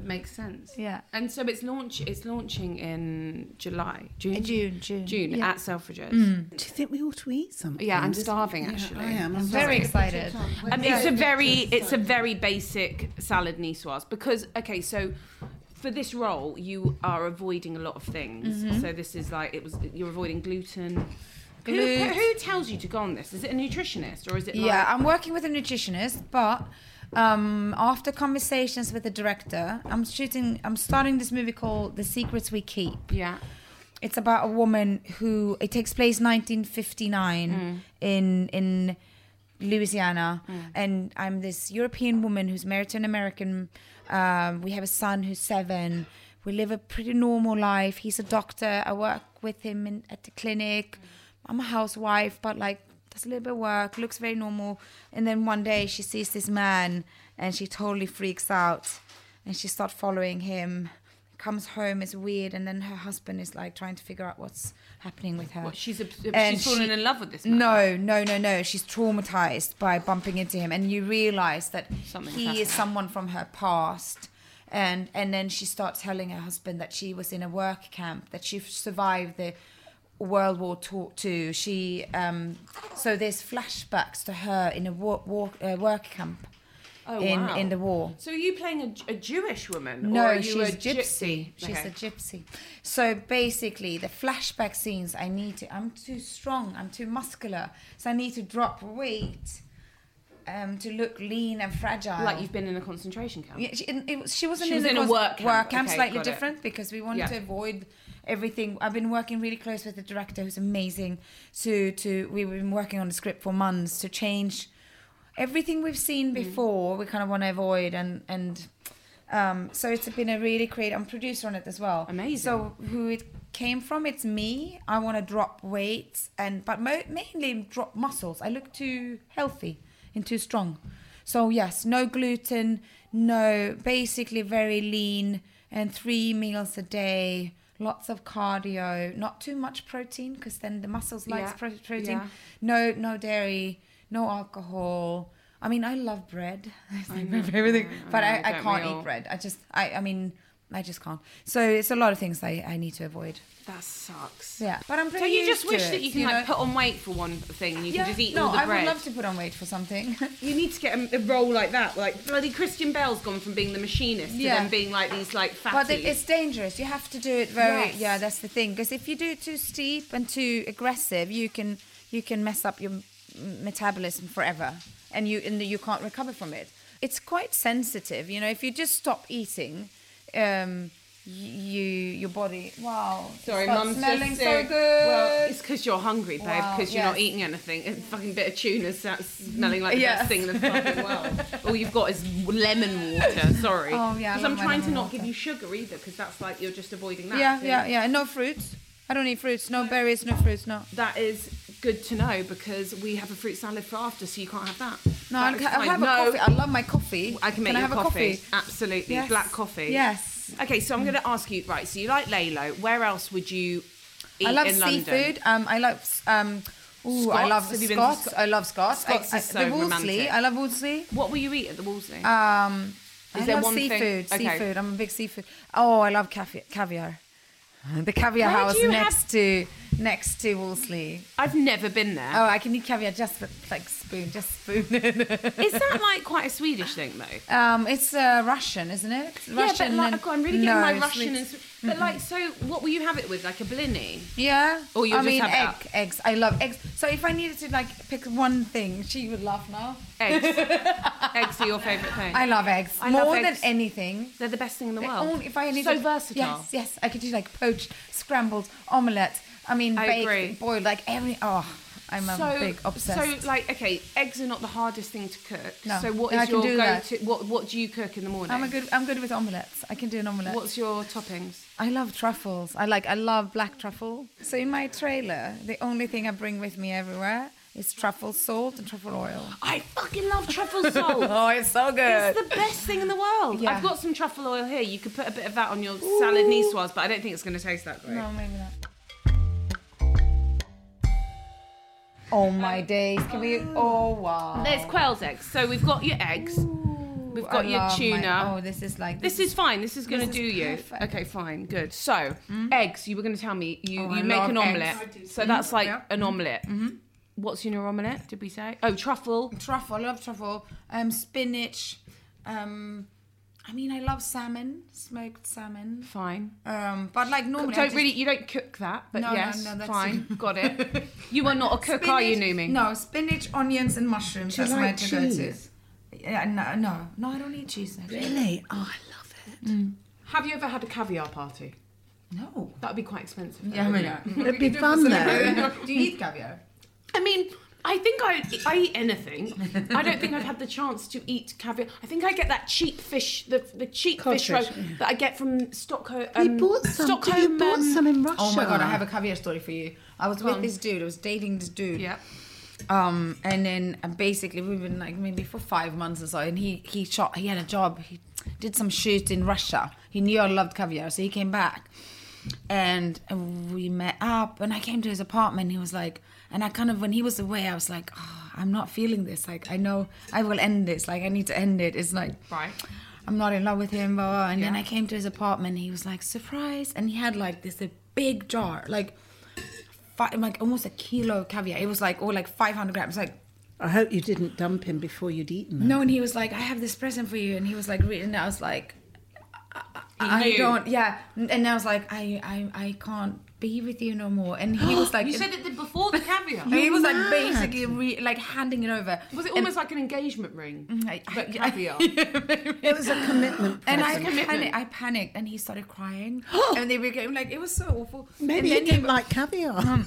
S1: Makes sense.
S3: Yeah.
S1: And so it's launch. It's launching in July, June,
S3: June, June,
S1: June Ah,
S3: yeah. Mm.
S1: at Selfridges.
S2: Do you think we ought to eat something?
S1: Yeah, I'm starving actually.
S2: I am. I'm
S3: Very excited.
S1: Um, it's a very it's a very basic salad niçoise because okay so for this role you are avoiding a lot of things
S3: Mm-hmm.
S1: so this is like it was you're avoiding gluten who,
S3: Gluten.
S1: who tells you to go on this is it a nutritionist or is it like,
S3: Yeah, I'm working with a nutritionist, but um, after conversations with the director, I'm shooting. I'm starting this movie called The Secrets We Keep.
S1: yeah
S3: It's about a woman who it takes place 1959 in in Louisiana, and I'm this European woman who's married to an American. Um, we have a son who's seven. We live a pretty normal life. He's a doctor. I work with him in, at the clinic. I'm a housewife, but like does a little bit of work, looks very normal. And then one day she sees this man, and she totally freaks out, and she starts following him comes home is weird and then her husband is like trying to figure out what's happening with her
S1: what, she's obs-
S3: And
S1: she's fallen
S3: she-
S1: in love with this man.
S3: no no no no she's traumatized by bumping into him and you realize that
S1: Something's
S3: he
S1: happening.
S3: is someone from her past and and then she starts telling her husband that she was in a work camp that she survived the World War Tor- Two. She um, so there's flashbacks to her in a war, war, uh, work camp
S1: Oh,
S3: in
S1: wow.
S3: in the war.
S1: so are you playing a, J- a Jewish woman
S3: No,
S1: or are you
S3: she's
S1: a gypsy,
S3: gypsy. She's
S1: Okay.
S3: a gypsy. So basically, the flashback scenes, I need to. I'm too strong. I'm too muscular. So I need to drop weight um, to look lean and fragile.
S1: like you've been in a concentration camp
S3: Yeah, she, and it, was- she wasn't
S1: She
S3: in,
S1: was
S3: the
S1: in a
S3: cons-
S1: work camp. Okay,
S3: slightly
S1: got it.
S3: different because we wanted
S1: Yeah.
S3: to avoid everything. I've been working really close with the director, who's amazing. To to we've been working on the script for months to change everything we've
S1: Mm.
S3: seen before. We kind of want to avoid and and um, so it's been a really creative. I'm producer on it as well.
S1: Amazing.
S3: So who it came from? It's me. I want to drop weight and but mo- mainly drop muscles. I look too healthy and too strong. So yes, no gluten, no basically very lean and three meals a day. Lots of cardio, not too much protein because then the muscles likes
S1: Yeah,
S3: pro- protein.
S1: yeah.
S3: No, no dairy, no alcohol. I mean, I love bread. It's like my favorite thing. But I,
S1: know,
S3: I
S1: Mm, don't
S3: can't
S1: we
S3: eat
S1: all?
S3: bread. I just, I, I mean, I just can't. So it's a lot of things I, I need to avoid.
S1: that sucks
S3: Yeah, but I'm
S1: so
S3: pretty.
S1: you
S3: used
S1: just
S3: to
S1: wish
S3: it,
S1: that you can like
S3: know?
S1: put on weight for one thing and you
S3: Yeah,
S1: can just eat
S3: no,
S1: all the
S3: I
S1: bread
S3: would love to put on weight for something.
S1: You need to get a, a role like that. Like bloody Christian Bale's gone from being the machinist
S3: Yeah.
S1: to then being like these like fatty.
S3: But it- it's dangerous. You have to do it very.
S1: Yes.
S3: Yeah, that's the thing. Because if you do it too steep and too aggressive, you can you can mess up your m- metabolism forever, and you and you can't recover from it. It's quite sensitive, you know. If you just stop eating, um, y- you your body. Wow. it
S1: Sorry,
S3: starts
S1: mum's
S3: smelling
S1: just
S3: so
S1: sick.
S3: good.
S1: Well, it's because you're hungry, babe.
S3: Wow,
S1: Because you're not
S3: yes.
S1: eating anything. A fucking bit of tuna that's smelling like the
S3: Yes.
S1: best thing in the fucking world. All you've got is lemon water. Sorry.
S3: Oh, yeah, I
S1: Because
S3: love
S1: I'm
S3: my
S1: trying to
S3: lemon
S1: not
S3: water.
S1: give you sugar either. Because that's like you're just avoiding that.
S3: yeah,
S1: too.
S3: yeah, yeah. No fruits. I don't eat fruits. No berries. No fruits. No.
S1: That is good to know because we have a fruit salad for after, so you can't have that. That
S3: No, I'll,
S1: is
S3: I'll
S1: fine.
S3: have
S1: No,
S3: a coffee. I love my coffee.
S1: I can make
S3: I
S1: you
S3: have a
S1: coffee.
S3: coffee?
S1: Absolutely,
S3: Yes.
S1: black coffee.
S3: Yes.
S1: Okay, so I'm going to ask you. Right, so you like Lalo. Where else would you eat
S3: I love
S1: in London?
S3: seafood. Um, I love. Um, ooh, I
S1: Scots?
S3: love
S1: Have you been to
S3: Scots.
S1: Sc-
S3: I love Scots.
S1: Scots
S3: I, I,
S1: is so
S3: the Wolseley.
S1: romantic.
S3: I love Wolseley.
S1: What will you eat at the Wolseley?
S3: Um, I
S1: Is there
S3: love
S1: one thing-
S3: seafood.
S1: okay.
S3: Seafood. I'm a big seafood. Oh, I love caviar. caviar. The caviar
S1: Where do
S3: house
S1: you
S3: next to next to Wolseley.
S1: I've never been there.
S3: Oh, I can eat caviar just with like spoon, just spoon.
S1: Is that like quite a Swedish thing though?
S3: um, it's uh, Russian, isn't it? Russian
S1: yeah, but like,
S3: and-
S1: God, I'm really getting my
S3: it's
S1: Russian
S3: mixed.
S1: and Swe- But like, so what will you have it with? Like a blini?
S3: Yeah.
S1: Or Oh, you'll
S3: I
S1: just
S3: mean,
S1: have it
S3: egg,
S1: up.
S3: eggs. I love eggs. So if I needed to like pick one thing, she would laugh now.
S1: Eggs. eggs are your favourite thing.
S3: I love eggs
S1: I
S3: more
S1: love
S3: than
S1: eggs.
S3: anything.
S1: They're the best thing in the
S3: They
S1: world.
S3: all- if I needed,
S1: so versatile.
S3: Yes, yes. I could do like poached, scrambled, omelette. I mean,
S1: I
S3: baked,
S1: agree.
S3: boiled, like every. Oh, I'm a big obsessed.
S1: So, like, okay, eggs are not the hardest thing to cook.
S3: No.
S1: So, what
S3: No, I
S1: is
S3: can
S1: your
S3: do that.
S1: go-to? What What do you cook in the morning?
S3: I'm a good. I'm good with omelettes. I can do an omelette.
S1: What's your toppings?
S3: I love truffles. I like I love black truffle. So in my trailer, the only thing I bring with me everywhere is truffle salt and truffle oil.
S1: I fucking love truffle salt.
S3: Oh, it's so good.
S1: It's the best thing in the world.
S3: Yeah.
S1: I've got some truffle oil here. You could put a bit of that on your salad niçoise, but I don't think it's going to taste that great.
S3: no, maybe not. Oh my days. Can we Oh wow.
S1: There's quail's eggs. So we've got your eggs. We've
S3: I
S1: got your
S3: love my-
S1: tuna.
S3: oh, this is like
S1: This is fine. This is going to
S3: is
S1: do you.
S3: perfect. Mm-hmm.
S1: Okay, fine. Good. So, eggs. You were going to tell me you,
S3: Oh, I
S1: you make
S3: love
S1: an omelette.
S3: eggs. I do
S1: So that's like
S3: Yeah. Mm-hmm.
S1: an omelette. What's in your omelette? Did we say? Oh, truffle.
S3: truffle. I love truffle. Um spinach. Um I mean, I love salmon, smoked salmon.
S1: Fine.
S3: Um, but like normally, I
S1: don't
S3: just-
S1: really. You don't cook that, but
S3: No, no,
S1: yes,
S3: no, that's-
S1: fine. Got it. You are not a cook, are you,
S3: Spinach-
S1: Numi?
S3: No, spinach, onions, and mushrooms.
S2: Do you
S3: That's my
S2: like
S3: to go to.
S2: cheese?
S3: Yeah, no, no, no, I don't eat cheese. No,
S2: Really? Oh, I love it.
S1: Have you ever had a caviar party?
S3: no.
S1: That would be quite expensive. though,
S3: Yeah, I
S1: wouldn't
S3: mean,
S1: it?
S3: no.
S2: It'd be fun though.
S3: Do you eat caviar?
S1: I mean, I think I I eat anything. I don't think I've had the chance to eat caviar. I think I get that cheap fish, the the cheap fish roll
S2: Codfish, yeah.
S1: that I get from Stockholm.
S2: You bought some.
S1: Stockholm.
S2: You bought
S1: um,
S2: some in Russia.
S3: Um, Oh my god, I have a caviar story for you. I was
S1: Go
S3: with
S1: on.
S3: this dude. I was dating this dude.
S1: Yeah.
S3: Um, and then uh, basically we've been like maybe for five months or so, and he he shot. He had a job. He did some shoot in Russia. He knew I loved caviar, so he came back, and we met up. And I came to his apartment. He was like, and I kind of when he was away, I was like, oh, I'm not feeling this. Like I know I will end this. Like I need to end it. It's like
S1: Right.
S3: I'm not in love with him, blah, blah. And then
S1: Yeah.
S3: I came to his apartment and he was like, surprise. And he had like this a big jar, like fi- like almost a kilo of caviar. It was like, or like 500 grams. Like,
S2: I hope you didn't dump him before you'd eaten him.
S3: no. And he was like, I have this present for you. And he was like, "Really?" and I was like,
S1: He
S3: I, I
S1: knew.
S3: don't, yeah. And I was like, I, I, I can't be with you no more. And he was like,
S1: You said it did before the caviar.
S3: and he was like
S2: Mad.
S3: basically re- like handing it over.
S1: Was it
S3: And-
S1: almost like an engagement ring?
S3: I- I-
S1: But caviar.
S2: It was a commitment.
S3: And I
S2: present.
S3: panicked, I panicked, and he started crying. and they became like, it was so awful.
S2: maybe
S3: and
S2: you
S3: then
S2: didn't like caviar.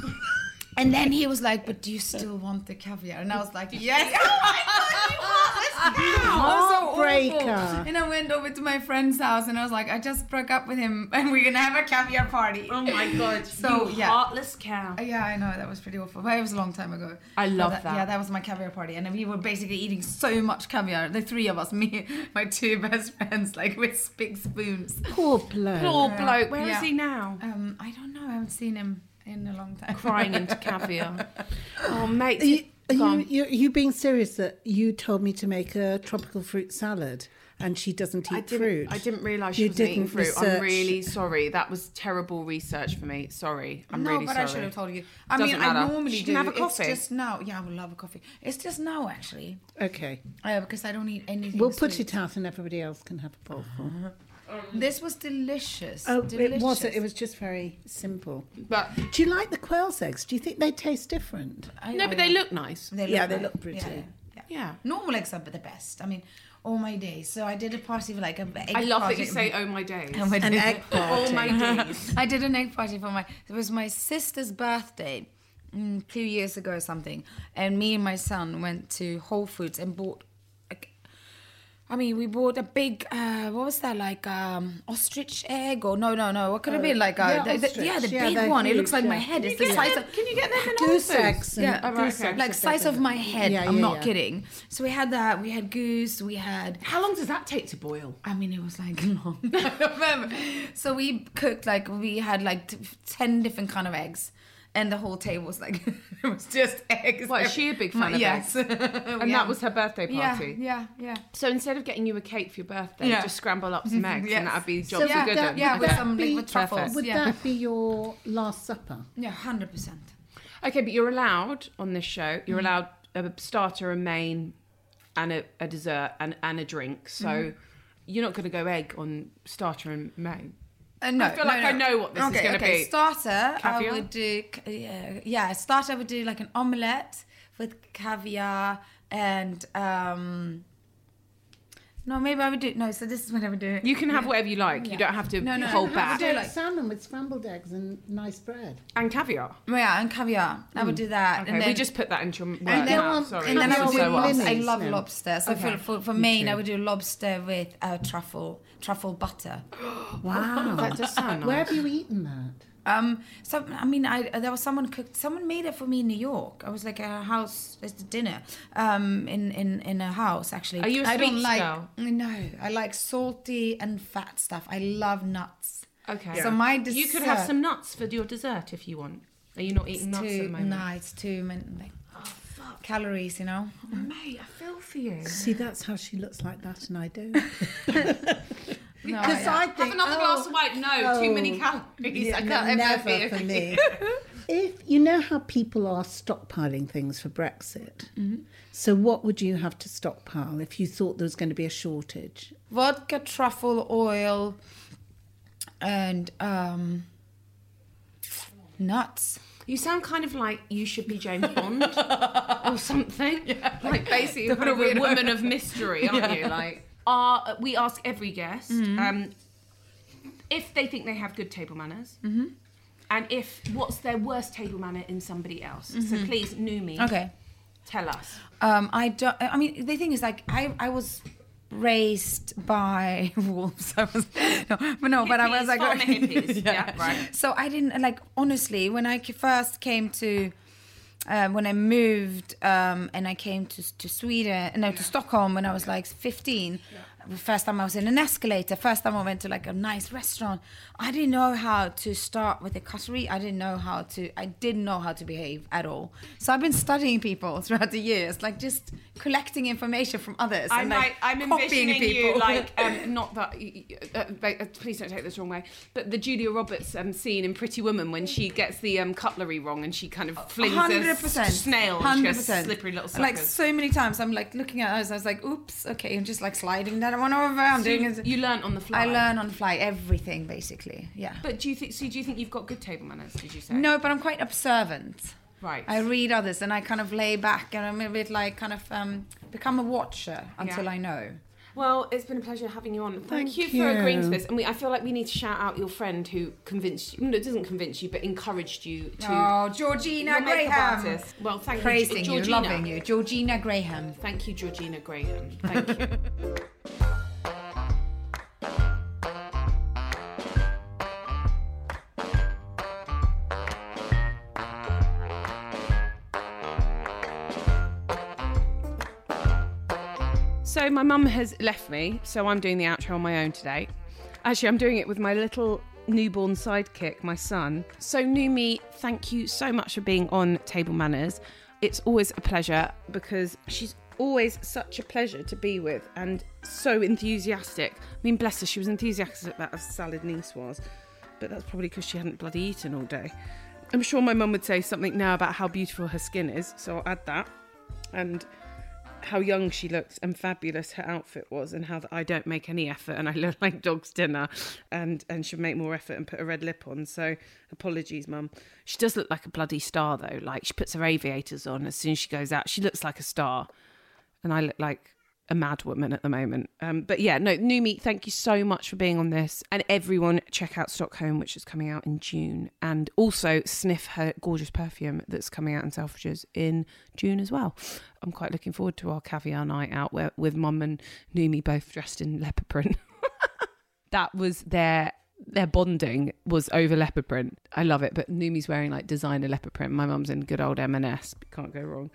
S3: and then he was like, but do you still want the caviar? And I was like, yes. oh my god, you want this now? I was so awful.
S2: Heartbreaker.
S3: And I went over to my friend's house, and I was like, I just broke up with him, and we're gonna have a caviar party.
S1: Oh my god.
S3: So,
S1: you
S3: yeah.
S1: heartless cow.
S3: Yeah, I know that was pretty awful, but it was a long time ago.
S1: I
S3: But
S1: love that.
S3: Yeah, that was my caviar party, and we were basically eating so much caviar. The three of us, me, my two best friends, like with big spoons.
S2: Poor bloke.
S1: Poor bloke. Where is
S3: Yeah.
S1: he now?
S3: Um, I don't know. I haven't seen him in a long time.
S1: Crying into caviar. Oh mate.
S2: Are you,
S1: Go
S2: are you,
S1: on.
S2: you, are you being serious that you told me to make a tropical fruit salad and she doesn't eat
S1: I didn't,
S2: fruit?
S1: I didn't realise she
S2: You
S1: was eating
S2: didn't
S1: fruit. I'm
S2: research.
S1: really sorry. That was terrible research for me. Sorry. I'm
S3: no,
S1: really
S3: but
S1: sorry.
S3: I should have told you. I
S1: Doesn't
S3: mean, I
S1: matter.
S3: normally
S1: She
S3: do.
S1: can have a coffee.
S3: It's just now. Yeah, I would love a coffee. It's just now, actually,
S2: Okay.
S3: uh, because I don't eat anything.
S2: We'll put
S3: sweet.
S2: it out and everybody else can have a bowlful.
S1: Uh-huh.
S3: This was delicious.
S2: Oh,
S3: delicious.
S2: it wasn't. It was just very simple.
S1: But
S2: Do you like the quail's eggs? Do you think they taste different?
S3: I-
S1: no,
S3: I
S1: but they
S3: like-
S1: look nice.
S3: They
S2: Yeah, they
S3: nice.
S2: look pretty.
S3: Yeah, yeah.
S1: Yeah.
S3: Normal eggs are the best. I mean, all my days. So I did a party for like a. Egg
S1: I love that
S3: party.
S1: you say "Oh my days."
S3: And we
S2: An
S3: did-
S2: egg
S1: Oh
S2: party.
S1: my days.
S3: I did an egg party for my. It was my sister's birthday, mm, two years ago or something, and me and my son went to Whole Foods and bought. like, I mean, we bought a big. Uh, what was that like? Um, ostrich egg or no, no, no. What could it be like?
S2: Uh, yeah,
S3: A, the- the-
S2: ostrich.
S3: yeah, the
S2: Yeah,
S3: big
S2: they're
S3: one. it looks
S2: huge,
S3: like my
S2: yeah.
S3: head. It's the
S1: Get
S3: size
S1: them-
S3: of
S1: can you get them in
S2: Goose
S1: Whole Foods?
S2: eggs. And
S3: Yeah.
S1: Oh, right,
S2: goose
S1: okay.
S2: eggs
S3: like
S2: are
S3: size of
S2: better.
S3: my head.
S2: Yeah,
S3: I'm
S2: yeah,
S3: not
S2: yeah.
S3: kidding. So we had that. We had goose. We had
S1: How long does that take to boil?
S3: I mean, it was like long. I don't remember. So we cooked like we had like t- ten different kind of eggs, and the whole table was like it was just eggs.
S1: Well, is she a big fan of
S3: yes.
S1: eggs? And that was her birthday
S3: Oh, yeah,
S1: party.
S3: yeah, yeah.
S1: So instead of getting you a cake for your birthday,
S3: Yeah.
S1: just scramble up some eggs,
S3: Yes.
S1: and that'd be
S2: So
S1: jobs
S3: yeah,
S1: are good.
S2: that-
S1: un.
S3: yeah,
S2: would
S3: with
S2: that
S3: some like
S2: be-
S3: with truffles.
S2: Would
S3: yeah,
S2: that be your last supper?
S3: yeah, hundred percent.
S1: Okay, but you're allowed on this show.
S3: Mm.
S1: You're allowed a starter, a main, and a, a
S3: Mm-hmm.
S1: dessert, and, and a drink. So you're not going to go egg on starter and main.
S3: Uh, no,
S1: I feel
S3: no,
S1: like
S3: no.
S1: I know what this is
S3: Okay,
S1: gonna
S3: okay.
S1: be.
S3: Starter,
S1: Caviar?
S3: I would do c- yeah, yeah. Starter, I would do like an omelette with caviar and um. No, maybe I would do no. So this is what I would do.
S1: You can have whatever you like. You don't have to
S3: No, no.
S1: hold
S3: How
S1: back.
S3: do- like-
S4: salmon with scrambled eggs and nice bread.
S1: And caviar.
S3: yeah, and caviar. I would do that.
S1: Mm. Okay,
S3: and then,
S1: we just put that into your work
S4: then
S1: now.
S4: one-
S1: Sorry,
S3: and then
S1: this
S3: I
S1: is
S3: would do
S1: so us.
S3: lobster. I
S4: lemons
S3: love
S4: now.
S3: lobster. So
S1: Okay.
S3: for for, for Maine, I would do lobster with uh, truffle truffle butter.
S4: Wow.
S1: That does sound
S4: Where
S1: nice.
S4: have you eaten that?
S3: Um, so I mean, I there was someone cooked. Someone made it for me in New York. I was like at a house at the dinner. Um, in in in a house actually.
S1: Are you a
S3: I don't
S1: sweets
S3: like.
S1: girl?
S3: No, I like salty and fat stuff. I love nuts.
S1: Okay.
S3: So my dessert.
S1: You could have some nuts for your dessert if you want. Are you not
S3: It's
S1: eating nuts at
S3: too
S1: the moment? Oh,
S3: nice, too man- like, calories. You know.
S1: Mate, I feel for you.
S2: See, that's how she looks like that, and I don't.
S3: No, uh,
S2: Because
S3: yeah.
S2: I think
S1: Have another
S2: oh,
S1: glass of wine. No, too many
S2: oh,
S1: calories.
S2: yeah,
S1: I
S2: no,
S1: can't ever
S2: never
S1: be
S2: for me. if you know how people are stockpiling things for Brexit,
S1: Mm-hmm.
S2: so what would you have to stockpile if you thought there was going to be a shortage?
S3: vodka truffle oil and um nuts
S1: You sound kind of like you should be James Bond or something. Like basically, you're kind of a woman of mystery, aren't you? Like, are we ask every guest um, if they think they have good table manners, and if what's their worst table manner in somebody else. So please, Numi,
S3: okay
S1: tell us.
S3: um i don't i mean the thing is like i i was raised by wolves i was no but no but i was
S1: Hippies,
S3: like
S1: farmer hippies. Yeah, right.
S3: so i didn't like honestly when i c- first came to um, when I moved um, and I came to to Sweden, no, to Stockholm when I was like 15. The first time I was in an escalator, first time I went to like a nice restaurant. I didn't know how to start with the cutlery. I didn't know how to. I didn't know how to behave at all. So I've been studying people throughout the years, like just collecting information from others.
S1: I'm
S3: and,
S1: like, I'm
S3: copying
S1: envisioning you like um, not that. y- y- Uh, ba- uh, please don't take this wrong way, but the Julia Roberts um, scene in Pretty Woman when she gets the um, cutlery wrong and she kind of flings a
S3: hundred percent
S1: s- snail, and she goes, slippery little
S3: Like
S1: suckers.
S3: so many times, I'm like looking at us. I was like, "Oops, okay." I'm just like sliding that one over. I'm
S1: So
S3: doing
S1: you,
S3: it.
S1: you learn on the fly.
S3: I learn on the fly everything basically. Yeah.
S1: But do you think? So do you think you've got good table manners? Did you say?
S3: no, but I'm quite observant.
S1: Right.
S3: I read others and I kind of lay back and I'm a bit like kind of um, become a watcher until I know.
S1: Well, it's been a pleasure having you on. Thank,
S2: Thank
S1: you, for agreeing to
S2: you.
S1: this. And we, I feel like we need to shout out your friend who convinced you. No, doesn't convince you, but encouraged you to.
S3: Oh,
S1: your
S3: Georgina
S1: makeup
S3: Graham.
S1: artist. Well, thank
S3: Praising
S1: you,
S3: you,
S1: Georgina.
S3: loving you. Georgina Graham.
S1: Thank you, Georgina Graham. Thank you. So my mum has left me, so I'm doing the outro on my own today. Actually, I'm doing it with my little newborn sidekick, my son. So Numi, thank you so much for being on Table Manners. It's always a pleasure because she's always such a pleasure to be with and so enthusiastic. I mean, bless her, she was enthusiastic about as salad niece was, but that's probably because she hadn't bloody eaten all day. I'm sure my mum would say something now about how beautiful her skin is, so I'll add that. And how young she looks and fabulous her outfit was and how that I don't make any effort and I look like dog's dinner and and should make more effort and put a red lip on so apologies mum she does look like a bloody star though like she puts her aviators on as soon as she goes out she looks like a star and I look like a mad woman at the moment. Um, but yeah, no, Numi, thank you so much for being on this. And everyone, check out Stockholm, which is coming out in June. And also sniff her gorgeous perfume that's coming out in Selfridges in June as well. I'm quite looking forward to our caviar night out where, with Mum and Numi both dressed in leopard print. that was their their bonding was over leopard print. I love it. But Numi's wearing like designer leopard print. My mum's in good old M&S. Can't go wrong.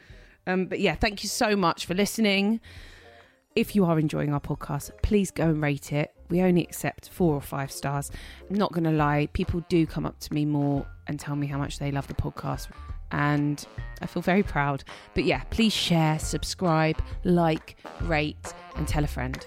S1: Um, but yeah, thank you so much for listening. If you are enjoying our podcast, please go and rate it. We only accept four or five stars. I'm not going to lie, people do come up to me more and tell me how much they love the podcast. And I feel very proud. But yeah, please share, subscribe, like, rate, and tell a friend.